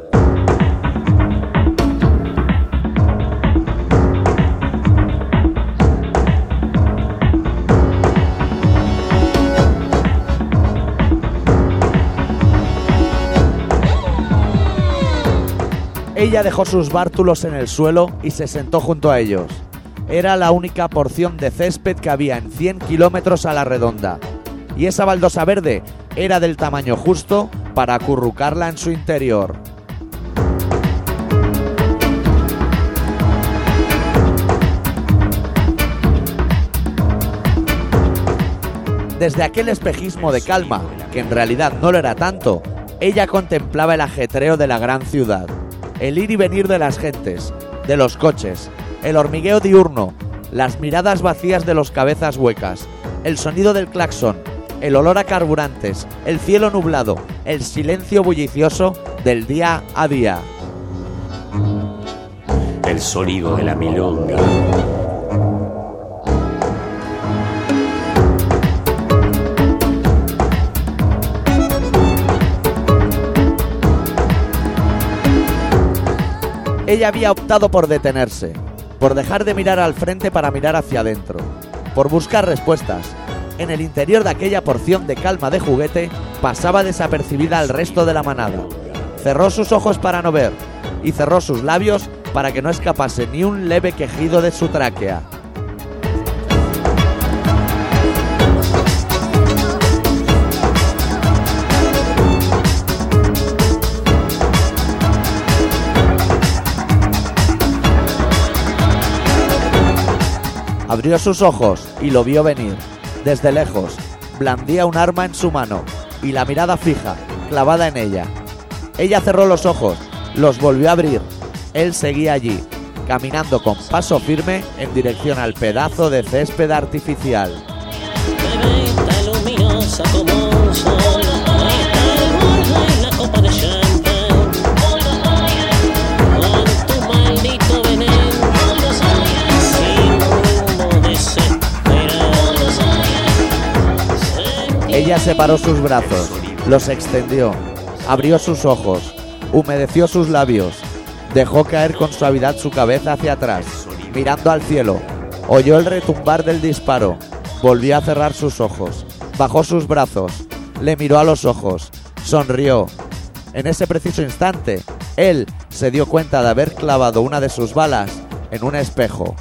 Ella dejó sus bártulos en el suelo y se sentó junto a ellos. Era la única porción de césped que había en 100 kilómetros a la redonda. Y esa baldosa verde era del tamaño justo para acurrucarla en su interior. Desde aquel espejismo de calma, que en realidad no lo era tanto, ella contemplaba el ajetreo de la gran ciudad, el ir y venir de las gentes, de los coches, el hormigueo diurno, las miradas vacías de los cabezas huecas, el sonido del claxon, el olor a carburantes, el cielo nublado, el silencio bullicioso del día a día. El sonido de la milonga. Ella había optado por detenerse, por dejar de mirar al frente para mirar hacia adentro, por buscar respuestas. En el interior de aquella porción de calma de juguete pasaba desapercibida al resto de la manada. Cerró sus ojos para no ver y cerró sus labios para que no escapase ni un leve quejido de su tráquea. Abrió sus ojos y lo vio venir. Desde lejos, blandía un arma en su mano y la mirada fija, clavada en ella. Ella cerró los ojos, los volvió a abrir. Él seguía allí, caminando con paso firme en dirección al pedazo de césped artificial. Bebeta luminosa como un sol. Está el borja en la copa de champán. Hola, Ella separó sus brazos, los extendió, abrió sus ojos, humedeció sus labios, dejó caer con suavidad su cabeza hacia atrás, mirando al cielo, oyó el retumbar del disparo, volvió a cerrar sus ojos, bajó sus brazos, le miró a los ojos, sonrió. En ese preciso instante, él se dio cuenta de haber clavado una de sus balas en un espejo.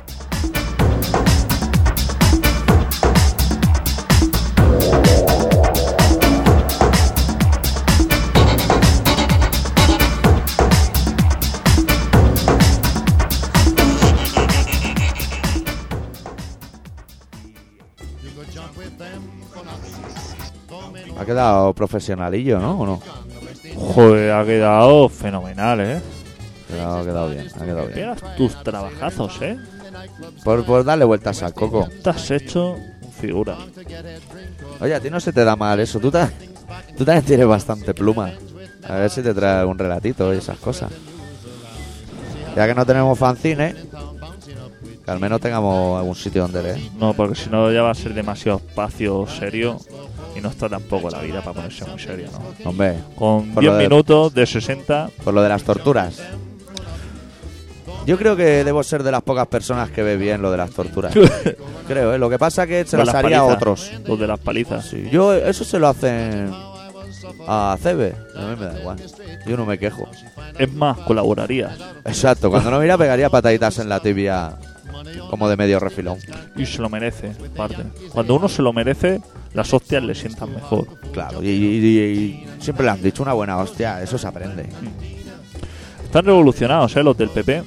Ha quedado profesionalillo, ¿no? ¿O no? Joder, ha quedado fenomenal, ¿eh? Ha quedado, ha quedado bien, ha quedado bien. Pegas tus trabajazos, ¿eh? Por, por darle vueltas al coco. Te has hecho un figura. Oye, a ti no se te da mal eso. Tú, ta- tú también tienes bastante pluma. A ver si te trae algún relatito y esas cosas. Ya que no tenemos fanzine, que al menos tengamos algún sitio donde leer. No, porque si no ya va a ser demasiado espacio serio y no está tampoco la vida para ponerse muy serio, ¿no? Hombre, Con Por 10 lo de- minutos de 60, por lo de las torturas. Yo creo que debo ser de las pocas personas que ve bien lo de las torturas. creo, ¿eh? Lo que pasa que se con las las haría a palizas, otros. Los de las palizas. Sí, yo eso se lo hacen a CB. A mí me da igual. Yo no me quejo. Es más, colaborarías Exacto, cuando no mira pegaría pataditas en la tibia como de medio refilón. y se lo merece, aparte. Cuando uno se lo merece, las hostias le sientan mejor. Claro, y, y- y- y siempre le han dicho una buena hostia, eso se aprende. Están revolucionados, ¿eh? Los del PP.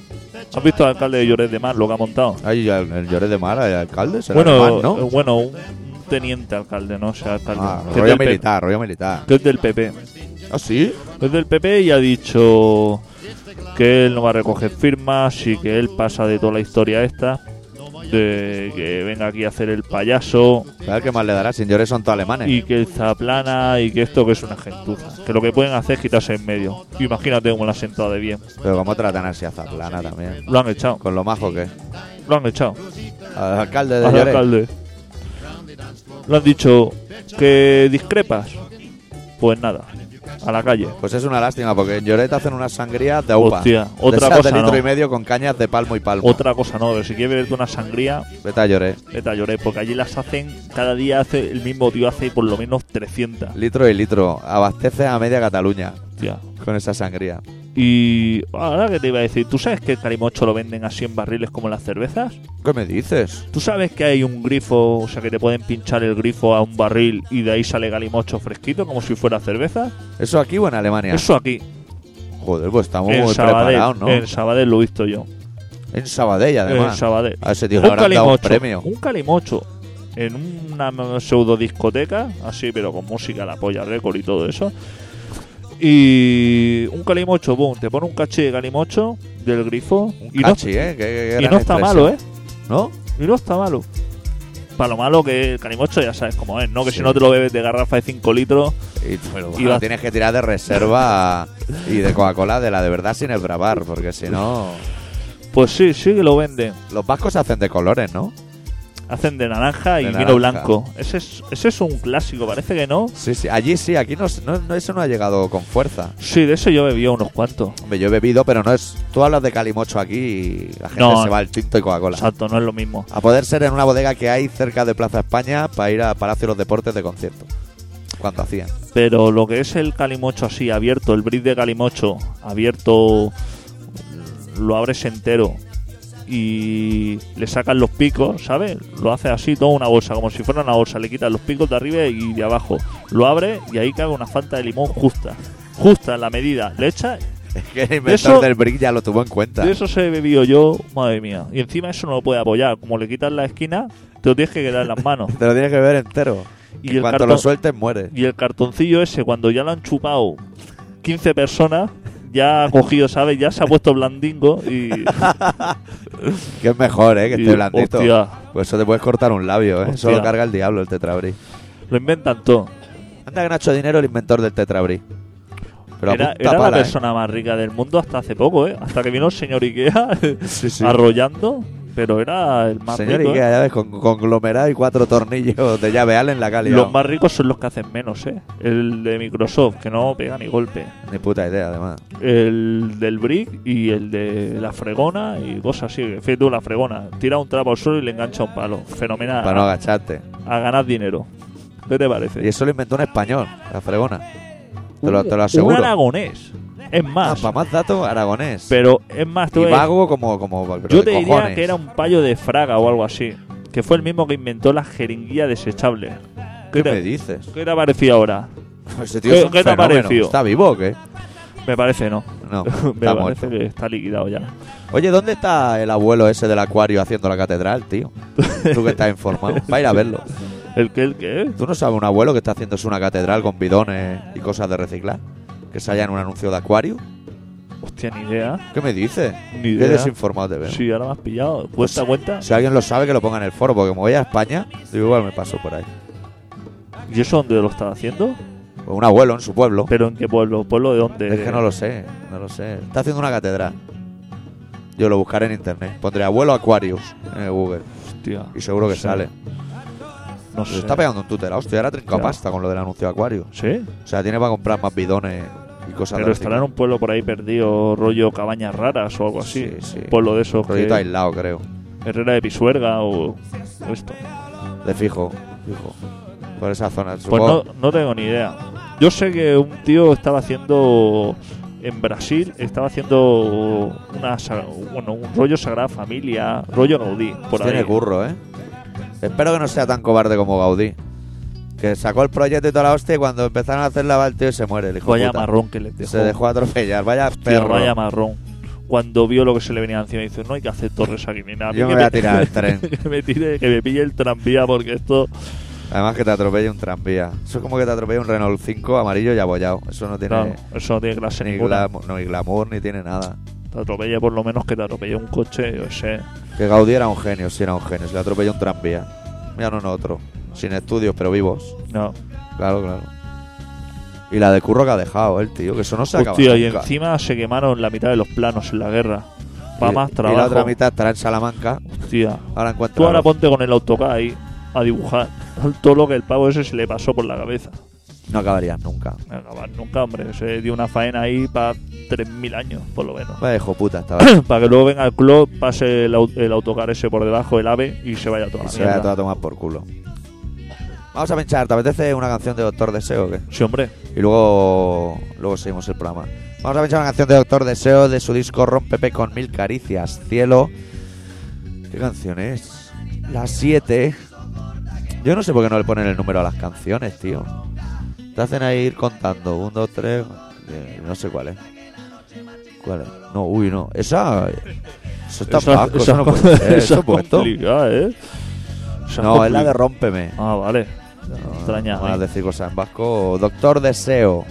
¿Has visto al alcalde de Lloret de Mar lo que ha montado? Ay, el, el lloré de mar, el alcalde, será Bueno, alemán, eh, ¿no? bueno, un un teniente alcalde, ¿no? O sea, alcalde. Ah, Que es rollo del P- militar, rollo militar. que es del PP. ¿Ah, sí? Es del PP y ha dicho que él no va a recoger firmas y que él pasa de toda la historia esta, de que venga aquí a hacer el payaso A ver qué más le dará, sin lloré son todos alemanes. y que el zaplana y que esto que es una gentuza. Que lo que pueden hacer es quitarse en medio. Imagínate cómo la han sentado de bien. Pero cómo tratan así a Zaplana también. Lo han echado, Con lo majo que es. lo han echado. Al alcalde de Al Lloret. alcalde. Le han dicho que discrepas. Pues nada, a la calle. Pues es una lástima, porque en Lloret hacen unas sangrías de upa. Hostia, otra de esas cosa de litro no. y medio con cañas de palmo y palmo. Otra cosa no, pero si quieres beberte una sangría, Vete a Lloret. Vete a llorar, porque allí las hacen, cada día hace el mismo tío, hace por lo menos 300. Litro y litro. Abastece a media Cataluña Hostia. con esa sangría. Y ahora que te iba a decir, ¿tú sabes que el calimocho lo venden así en barriles como las cervezas? ¿Qué me dices? ¿Tú sabes que hay un grifo, o sea, que te pueden pinchar el grifo a un barril y de ahí sale calimocho fresquito como si fuera cerveza? ¿Eso aquí o en Alemania? Eso aquí, Joder, pues estamos en muy Sabadell, preparados, ¿no? en Sabadell lo he visto yo. En Sabadell, En además. Sabadell. a ese tío le habrán dado un premio. un calimocho en una pseudo discoteca, así, pero con música, la polla récord y todo eso. Y un calimocho, boom, te pone un caché de calimocho del grifo. Un y no, cachi, ¿eh? Qué- qué y gran no está expresión. malo, ¿eh? ¿No? Y no está malo. Para lo malo que el calimocho ya sabes cómo es, ¿no? Que Sí. si no te lo bebes de garrafa de 5 litros, Y, pero Y bueno, va- tienes que tirar de reserva y de Coca-Cola de la de verdad sin esbravar, porque si no... pues sí, sí que lo venden. Los vascos hacen de colores, ¿no? Hacen de naranja y De vino naranja. blanco. Ese es, ese es un clásico, parece que no. Sí, sí. Allí sí, aquí no, no- no- eso no ha llegado con fuerza. Sí, de eso yo bebía unos cuantos. Hombre, yo he bebido, pero no es... Tú hablas de calimocho aquí y la gente No. se va al tinto y Coca-Cola. Exacto, no es lo mismo. A poder ser en una bodega que hay cerca de Plaza España para ir a Palacio de los Deportes de concierto. Cuando hacían. Pero lo que es el calimocho así, abierto, el bris de calimocho, abierto, lo abres entero y le sacan los picos, ¿sabes? Lo haces así, toda una bolsa, como si fuera una bolsa, le quitas los picos de arriba y de abajo. Lo abres y ahí cabe una fanta de limón justa, justa en la medida, le echas. Es que el De inventor eso- del brick ya lo tuvo en cuenta. De eso se he bebido yo, madre mía. Y encima eso no lo puede apoyar, como le quitas la esquina, te lo tienes que quedar en las manos. Te lo tienes que ver entero. Y Y el cuanto cartón- lo sueltes, mueres. Y el cartoncillo ese, cuando ya lo han chupado 15 personas, ya ha cogido, ¿sabes? Ya se ha puesto blandingo y. Que es mejor, ¿eh? Que y- esté blandito. hostia, Pues eso te puedes cortar un labio, ¿eh? Eso Hostia. lo carga el diablo, el tetrabrí. lo inventan todo. Anda que Nacho Dinero, el inventor del tetrabrí. Pero Era, apunta era la pala, ¿eh? persona más rica del mundo hasta hace poco, ¿eh? Hasta que vino el señor Ikea Sí, sí. arrollando pero era el más Señor rico. ¿eh? Ikea, ya ves, con con conglomerado y cuatro tornillos de llave Allen la calle. Los más ricos son los que hacen menos, ¿eh? El de Microsoft, que no pega ni golpe. Ni puta idea, además. El del Brick y el de la fregona y cosas así. Fíjate tú, la fregona. Tira un trapo al suelo y le engancha un palo. Fenomenal. Para no agacharte. A ganar dinero. ¿Qué te parece? Y eso lo inventó un español, la fregona. Te lo, te lo un aseguro. aragonés. Es Ah, más. para más datos, aragonés. pero es más, tú y ves, vago como, como pero Yo de te diría cojones. que era un payo de fraga o algo así. Que fue el mismo que inventó la jeringuilla desechable. ¿Qué te- me dices? ¿Qué te ha parecido ahora? Ese tío es ¿Qué- un qué te ha fenómeno. parecido? ¿Está vivo o qué? Me parece no. No, Me está parece muerto. que está liquidado ya. Oye, ¿dónde está el abuelo ese del acuario haciendo la catedral, tío? Tú que estás informado. Va a ir a verlo. ¿El qué? ¿El qué? ¿Tú no sabes un abuelo que está haciéndose una catedral con bidones y cosas de reciclar? Que se halla en un anuncio de acuario. Hostia, ni idea. ¿Qué me dices? Ni Qué idea. desinformado te veo. Sí, ahora me has pillado. ¿Cuenta, cuenta? Si alguien lo sabe, que lo ponga en el foro, porque como voy a España, digo, igual me paso por ahí. ¿Y eso dónde lo están haciendo? Pues un abuelo en su pueblo. ¿Pero en qué pueblo? ¿Pueblo de dónde? Es que no lo sé, no lo sé. Está haciendo una catedral. Yo lo buscaré en internet. Pondré abuelo Aquarius en el Google Hostia, y seguro que Sí. sale. no Se sé. está pegando un tutela. Hostia, ahora trinca Claro. pasta con lo del anuncio de Aquarius. ¿Sí? O sea, tiene para comprar más bidones y cosas Pero de estará en un pueblo por ahí perdido, rollo cabañas raras o algo así. Sí, sí. Pueblo de esos Proyecto que... aislado, creo. Herrera de Pisuerga o, o esto. De fijo, fijo. Por esa zona. Pues Supongo. no, no tengo ni idea. Yo sé que un tío estaba haciendo en Brasil, estaba haciendo una sa- bueno, un rollo Sagrada Familia, rollo Gaudí, por tiene ahí. curro, ¿eh? Espero que no sea tan cobarde como Gaudí. Que sacó el proyecto y toda la hostia y cuando empezaron a hacerla va el tío y se muere. El hijo Vaya puta. marrón que les dejó. Se dejó atropellar. Vaya Tío, perro. vaya marrón. Cuando vio lo que se le venía encima, dice: No hay que hacer torres aquí ni nada. Yo me Que voy a tirar al tren. que, me tire, que me pille el tranvía, porque esto. Además que te atropella un tranvía. Eso es como que te atropella un Renault 5 amarillo y abollado. Eso no tiene Claro, eso no tiene clase ni, ninguna. glamour, no, ni glamour ni tiene nada. Te atropelle por lo menos que te atropelle un coche, yo sé. Que Gaudí era un genio, sí era un genio. Se le atropelló un tranvía. Mira, no, no otro. Sin estudios, pero vivos. No. Claro, claro. Y la de curro que ha dejado el tío, que eso no se acaba. Hostia, y nunca. encima se quemaron la mitad de los planos en la guerra. Va Y- más Y la trabajo. otra mitad estará en Salamanca. Hostia. Ahora encuentra. Tú ahora algo. ponte con el autocad ahí a dibujar todo lo que el pavo ese se le pasó por la cabeza. No acabarías nunca. No acabas nunca, hombre. Se dio una faena ahí para 3.000 años, por lo menos. Vaya hijo puta estaba. y para que luego venga el club, pase el, au- el autocar ese por debajo, el ave, y se vaya toda la se vaya mierda. todo a tomar por culo. Vamos a pinchar. ¿Te apetece una canción de Doctor Deseo o qué? Sí, hombre. Y luego, luego seguimos el programa. Vamos a pinchar una canción de Doctor Deseo de su disco Rompepe con mil caricias. Cielo. ¿Qué canción es? La 7. Yo no sé por qué no le ponen el número a las canciones, tío. Te hacen ahí ir contando. 1, 2, 3. eh, No sé cuál es. ¿Cuál es? No, uy, no. Esa. Eso está Esa- flaco, esa- eso no puede ser. esa Eso es puesto. complicada, ¿eh? Esa No, es la de complicada. Rómpeme. Ah, vale. No, Extraña. no van a ¿eh? decir cosas en vasco. Doctor Deseo.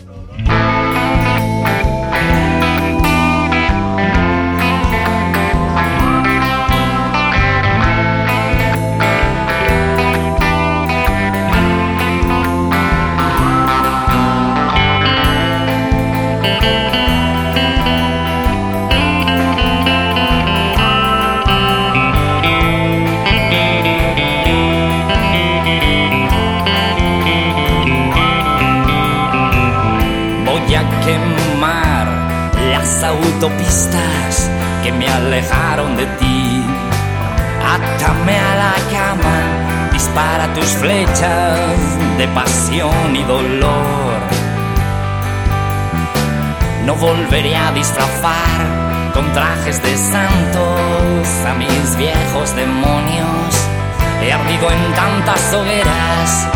Voy a quemar las autopistas que me alejaron de ti. Átame a la cama, dispara tus flechas de pasión y dolor. No volveré a disfrazar con trajes de santos a mis viejos demonios. He ardido en tantas hogueras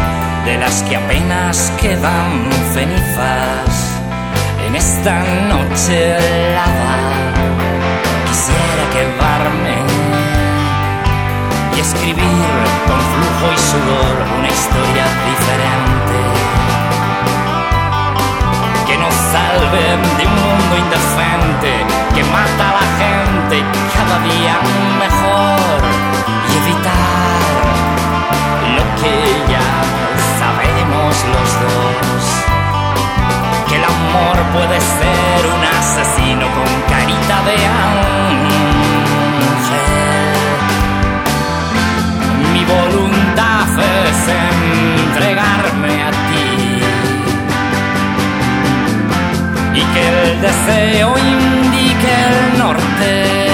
de las que apenas quedan cenizas. En esta noche helada quisiera quedarme y escribir con flujo y sudor una historia diferente que nos salve de un mundo indecente que mata a la gente cada día mejor y evitar lo que ya sabemos los dos que el amor puede ser un asesino con carita de ángel y que el deseo indique el norte.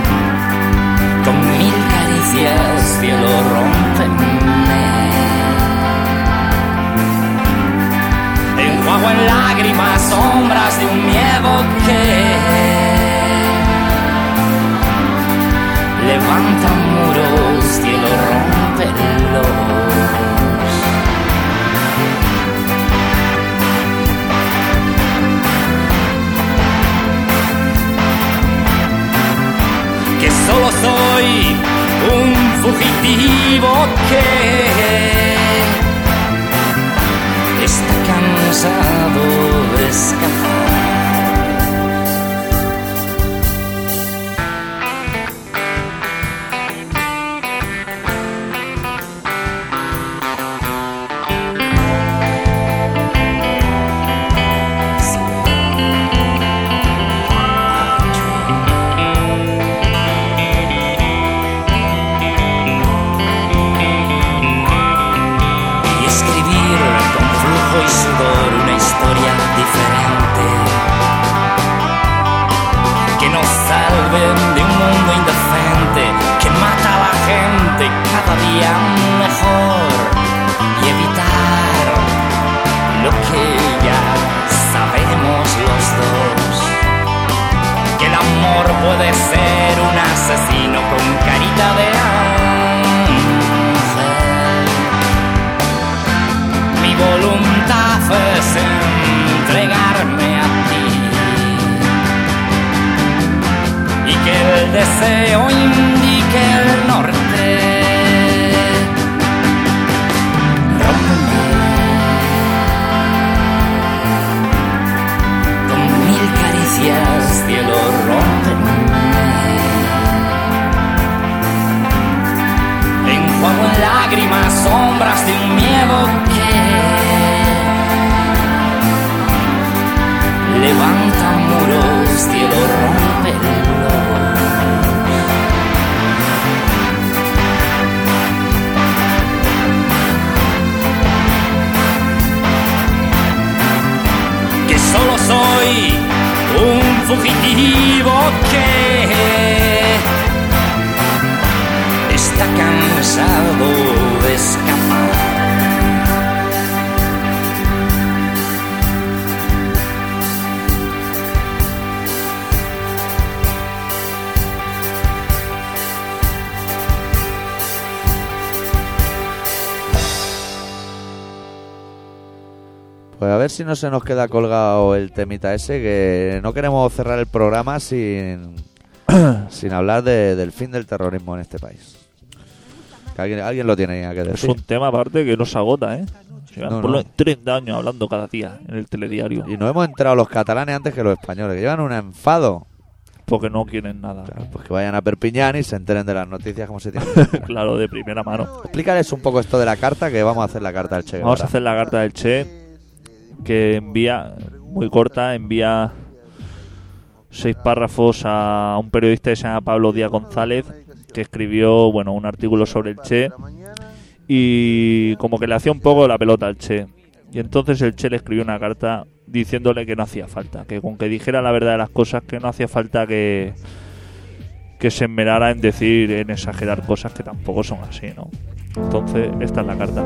Rómpeme con mil caricias, cielo, rómpeme. Enjuago en lágrimas, sombras de un miedo que Levanta muros, cielo, rompelos. Que solo soy un fugitivo que está cansado de escapar. y escribir con flujo y sudor una historia diferente que nos salven de un mundo indecente que mata a la gente cada día mejor y evitar lo que ya sabemos los dos que el amor puede ser un asesino con carita de ángel mi voluntad es entregarme a ti y que el deseo indique el norte. Rómpeme con mil caricias, cielo, rómpeme. Enjuago en lágrimas, sombras de un miedo que levanta muros, cielo rompe Que solo soy un fugitivo que está cansado de escapar. Pues a ver si no se nos queda colgado el temita ese, que no queremos cerrar el programa sin, sin hablar de- del fin del terrorismo en este país. Que alguien, alguien lo tiene que Es decir. un tema aparte que no se agota, ¿eh? Llevan No, por no. los 30 años hablando cada día en el telediario. Y no hemos entrado los catalanes antes que los españoles, que llevan un enfado. Porque no quieren nada. Claro, pues que vayan a Perpiñán y se enteren de las noticias como se tienen. Claro, de primera mano. Explícales un poco esto de la carta, que vamos a hacer la carta al Che Vamos a Guevara. hacer la carta del Che, que envía, muy corta, envía seis párrafos a un periodista que se llama Pablo Díaz González, que escribió bueno un artículo sobre el Che y como que le hacía un poco la pelota al Che. Y entonces el Che le escribió una carta diciéndole que no hacía falta, que con que dijera la verdad de las cosas, que no hacía falta que, que se enmerara en decir, en exagerar cosas que tampoco son así, ¿no? Entonces, esta es la carta.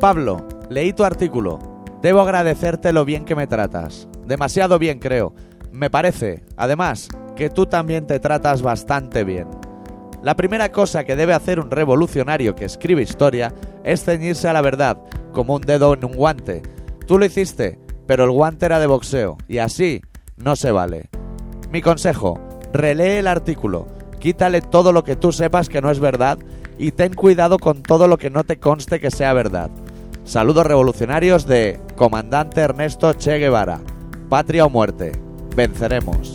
Pablo, leí tu artículo. Debo agradecerte lo bien que me tratas. Demasiado bien, creo. Me parece, además, que tú también te tratas bastante bien. La primera cosa que debe hacer un revolucionario que escribe historia es ceñirse a la verdad, como un dedo en un guante. Tú lo hiciste, pero el guante era de boxeo, y así no se vale. Mi consejo, relee el artículo, quítale todo lo que tú sepas que no es verdad y ten cuidado con todo lo que no te conste que sea verdad. Saludos revolucionarios de Comandante Ernesto Che Guevara, Patria o Muerte, venceremos.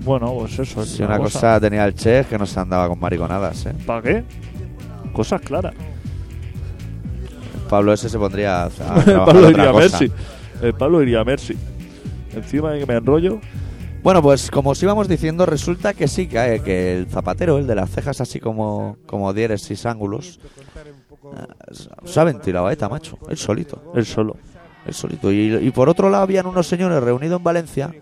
Bueno, pues eso es Si una cosa tenía el Che es que no se andaba con mariconadas, ¿eh? ¿Para qué? Cosas claras. Pablo ese se pondría a, a El trabajar Pablo Ah, otra iría a cosa. Mercy. El Pablo iría a Mercy. Encima de que me enrollo. Bueno, pues como os íbamos diciendo, resulta que sí, que, eh, que el zapatero, el de las cejas así como, como diéresis ángulos, eh, se ha ventilado esta, macho, él solito. Él solo. El solito. Y, y por otro lado, habían unos señores reunidos en Valencia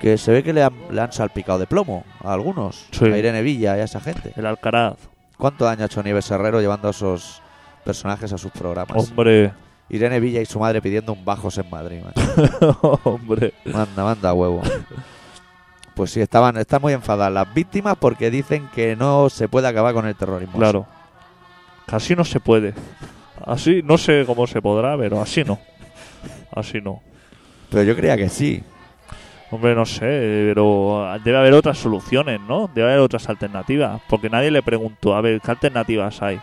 que se ve que le han, le han salpicado de plomo a algunos, Sí. a Irene Villa y a esa gente. El Alcaraz. ¿Cuánto daño ha hecho Nieves Herrero llevando a esos personajes a sus programas? Hombre. Irene Villa y su madre pidiendo un bajos en Madrid, macho. Hombre. Manda, manda huevo. Pues sí, estaban, están muy enfadadas las víctimas porque dicen que no se puede acabar con el terrorismo. Claro. Así no se puede. Así, no sé cómo se podrá, pero así no. Así no. Pero yo creía que sí. Hombre, no sé, pero debe haber otras soluciones, ¿no? Debe haber otras alternativas. Porque nadie le preguntó, a ver, ¿qué alternativas hay?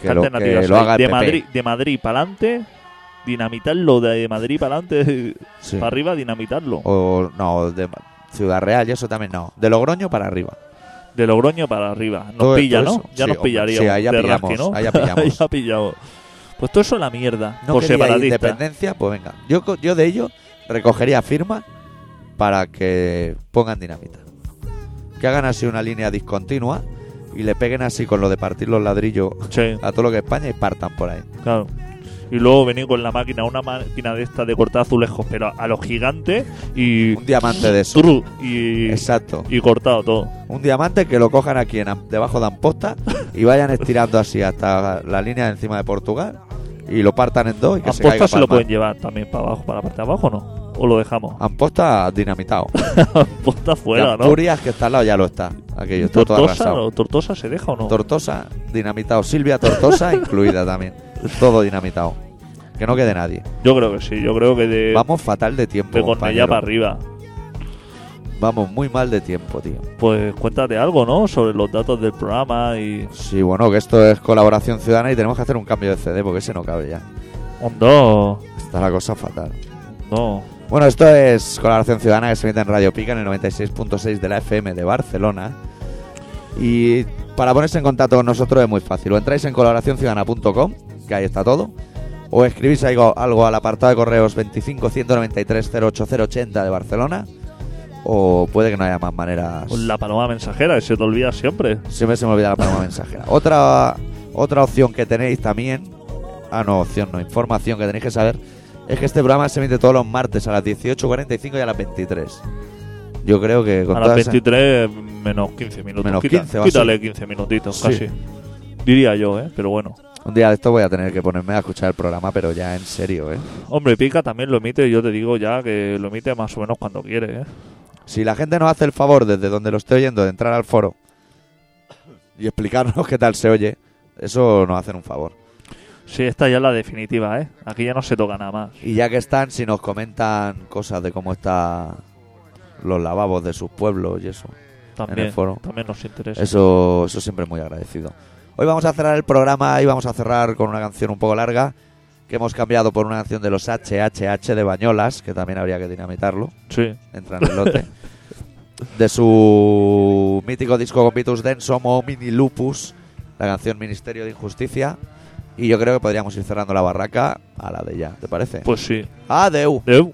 ¿Qué Que lo, alternativas que lo hay? haga el de, PP. Madrid, de Madrid para adelante, dinamitarlo. De Madrid para adelante, Sí. Oh. para arriba, dinamitarlo. O no, de Ciudad Real y eso también no. De Logroño para arriba. De Logroño para arriba. Nos Todo- pilla, todo ¿no? eso. Ya Sí, nos hombre, pillaría. sí, ahí ya de pillamos, Rasqui, ¿no? ahí ya pillamos. Ahí ya pillamos. Pues todo eso es la mierda. No por quería separatista. independencia, pues venga. Yo, co- yo de ello recogería firmas para que pongan dinamita. Que hagan así una línea discontinua y le peguen así con lo de partir los ladrillos Sí, a todo lo que es España y partan por ahí. claro. Y luego venir con la máquina, una máquina de esta de cortar azulejos, pero a los gigantes y. Un diamante de eso. Turru, y, Exacto. y cortado todo. Un diamante que lo cojan aquí en, Am- debajo de Amposta y vayan estirando así hasta la línea de encima de Portugal y lo partan en dos y que se caiga Amposta se pa'l lo mar. pueden llevar también para abajo, para la parte de abajo, ¿no? O lo dejamos. Amposta dinamitado. Amposta fuera, ¿no? Asturias, que está al lado, ya lo está. Aquello está todo Tortosa, arrasado. ¿no? ¿Tortosa se deja o no? Tortosa, dinamitado. Silvia Tortosa incluida también. Todo dinamitado. Que no quede nadie. yo creo que sí, yo creo que de, Vamos fatal de tiempo. de Cornellá compañero. Eh, para arriba. Vamos muy mal de tiempo, tío. Pues cuéntate algo, ¿no? Sobre los datos del programa y. Sí, bueno, que esto es colaboración ciudadana y tenemos que hacer un cambio de CD porque ese no cabe ya. Hondo. Está la cosa fatal. No. Bueno, esto es Colaboración Ciudadana que se emite en Radio Pica en el 96.6 de la FM de Barcelona. Y para ponerse en contacto con nosotros es muy fácil. O entráis en colaboracionciudadana.com, que ahí está todo. O escribís algo, algo al apartado de correos 25 193 08080 de Barcelona. O puede que no haya más maneras. Con La paloma mensajera, que se te olvida siempre. Siempre se me olvida la paloma mensajera. Otra, otra opción que tenéis también. Ah, no, opción no, información que tenéis que saber. Es que este programa se emite todos los martes a las 18.45 y a las 23. Yo creo que con A las todas esas- 23 menos 15 minutos. Menos Quita- 15 va a quítale ser. 15 minutitos, Sí. casi. Diría yo, ¿eh? Pero bueno. Un día de esto voy a tener que ponerme a escuchar el programa, pero ya en serio, ¿eh? Hombre, Pica también lo emite, yo te digo ya que lo emite más o menos cuando quiere, ¿eh? Si la gente nos hace el favor desde donde lo esté oyendo de entrar al foro y explicarnos qué tal se oye, eso nos hacen un favor. Sí, esta ya es la definitiva, ¿eh? Aquí ya no se toca nada más. Y ya que están, si nos comentan cosas de cómo están los lavabos de sus pueblos y eso. También, el foro. también nos interesa. Eso, eso siempre muy agradecido. Hoy vamos a cerrar el programa y vamos a cerrar con una canción un poco larga que hemos cambiado por una canción de los HHH de Bañolas, que también habría que dinamitarlo, Sí. entra en el lote, de su mítico disco con Vitus Densom o Mini Lupus, la canción Ministerio de Injusticia, y yo creo que podríamos ir cerrando la barraca a la de ya, ¿te parece? Pues sí. Adeu. Eu.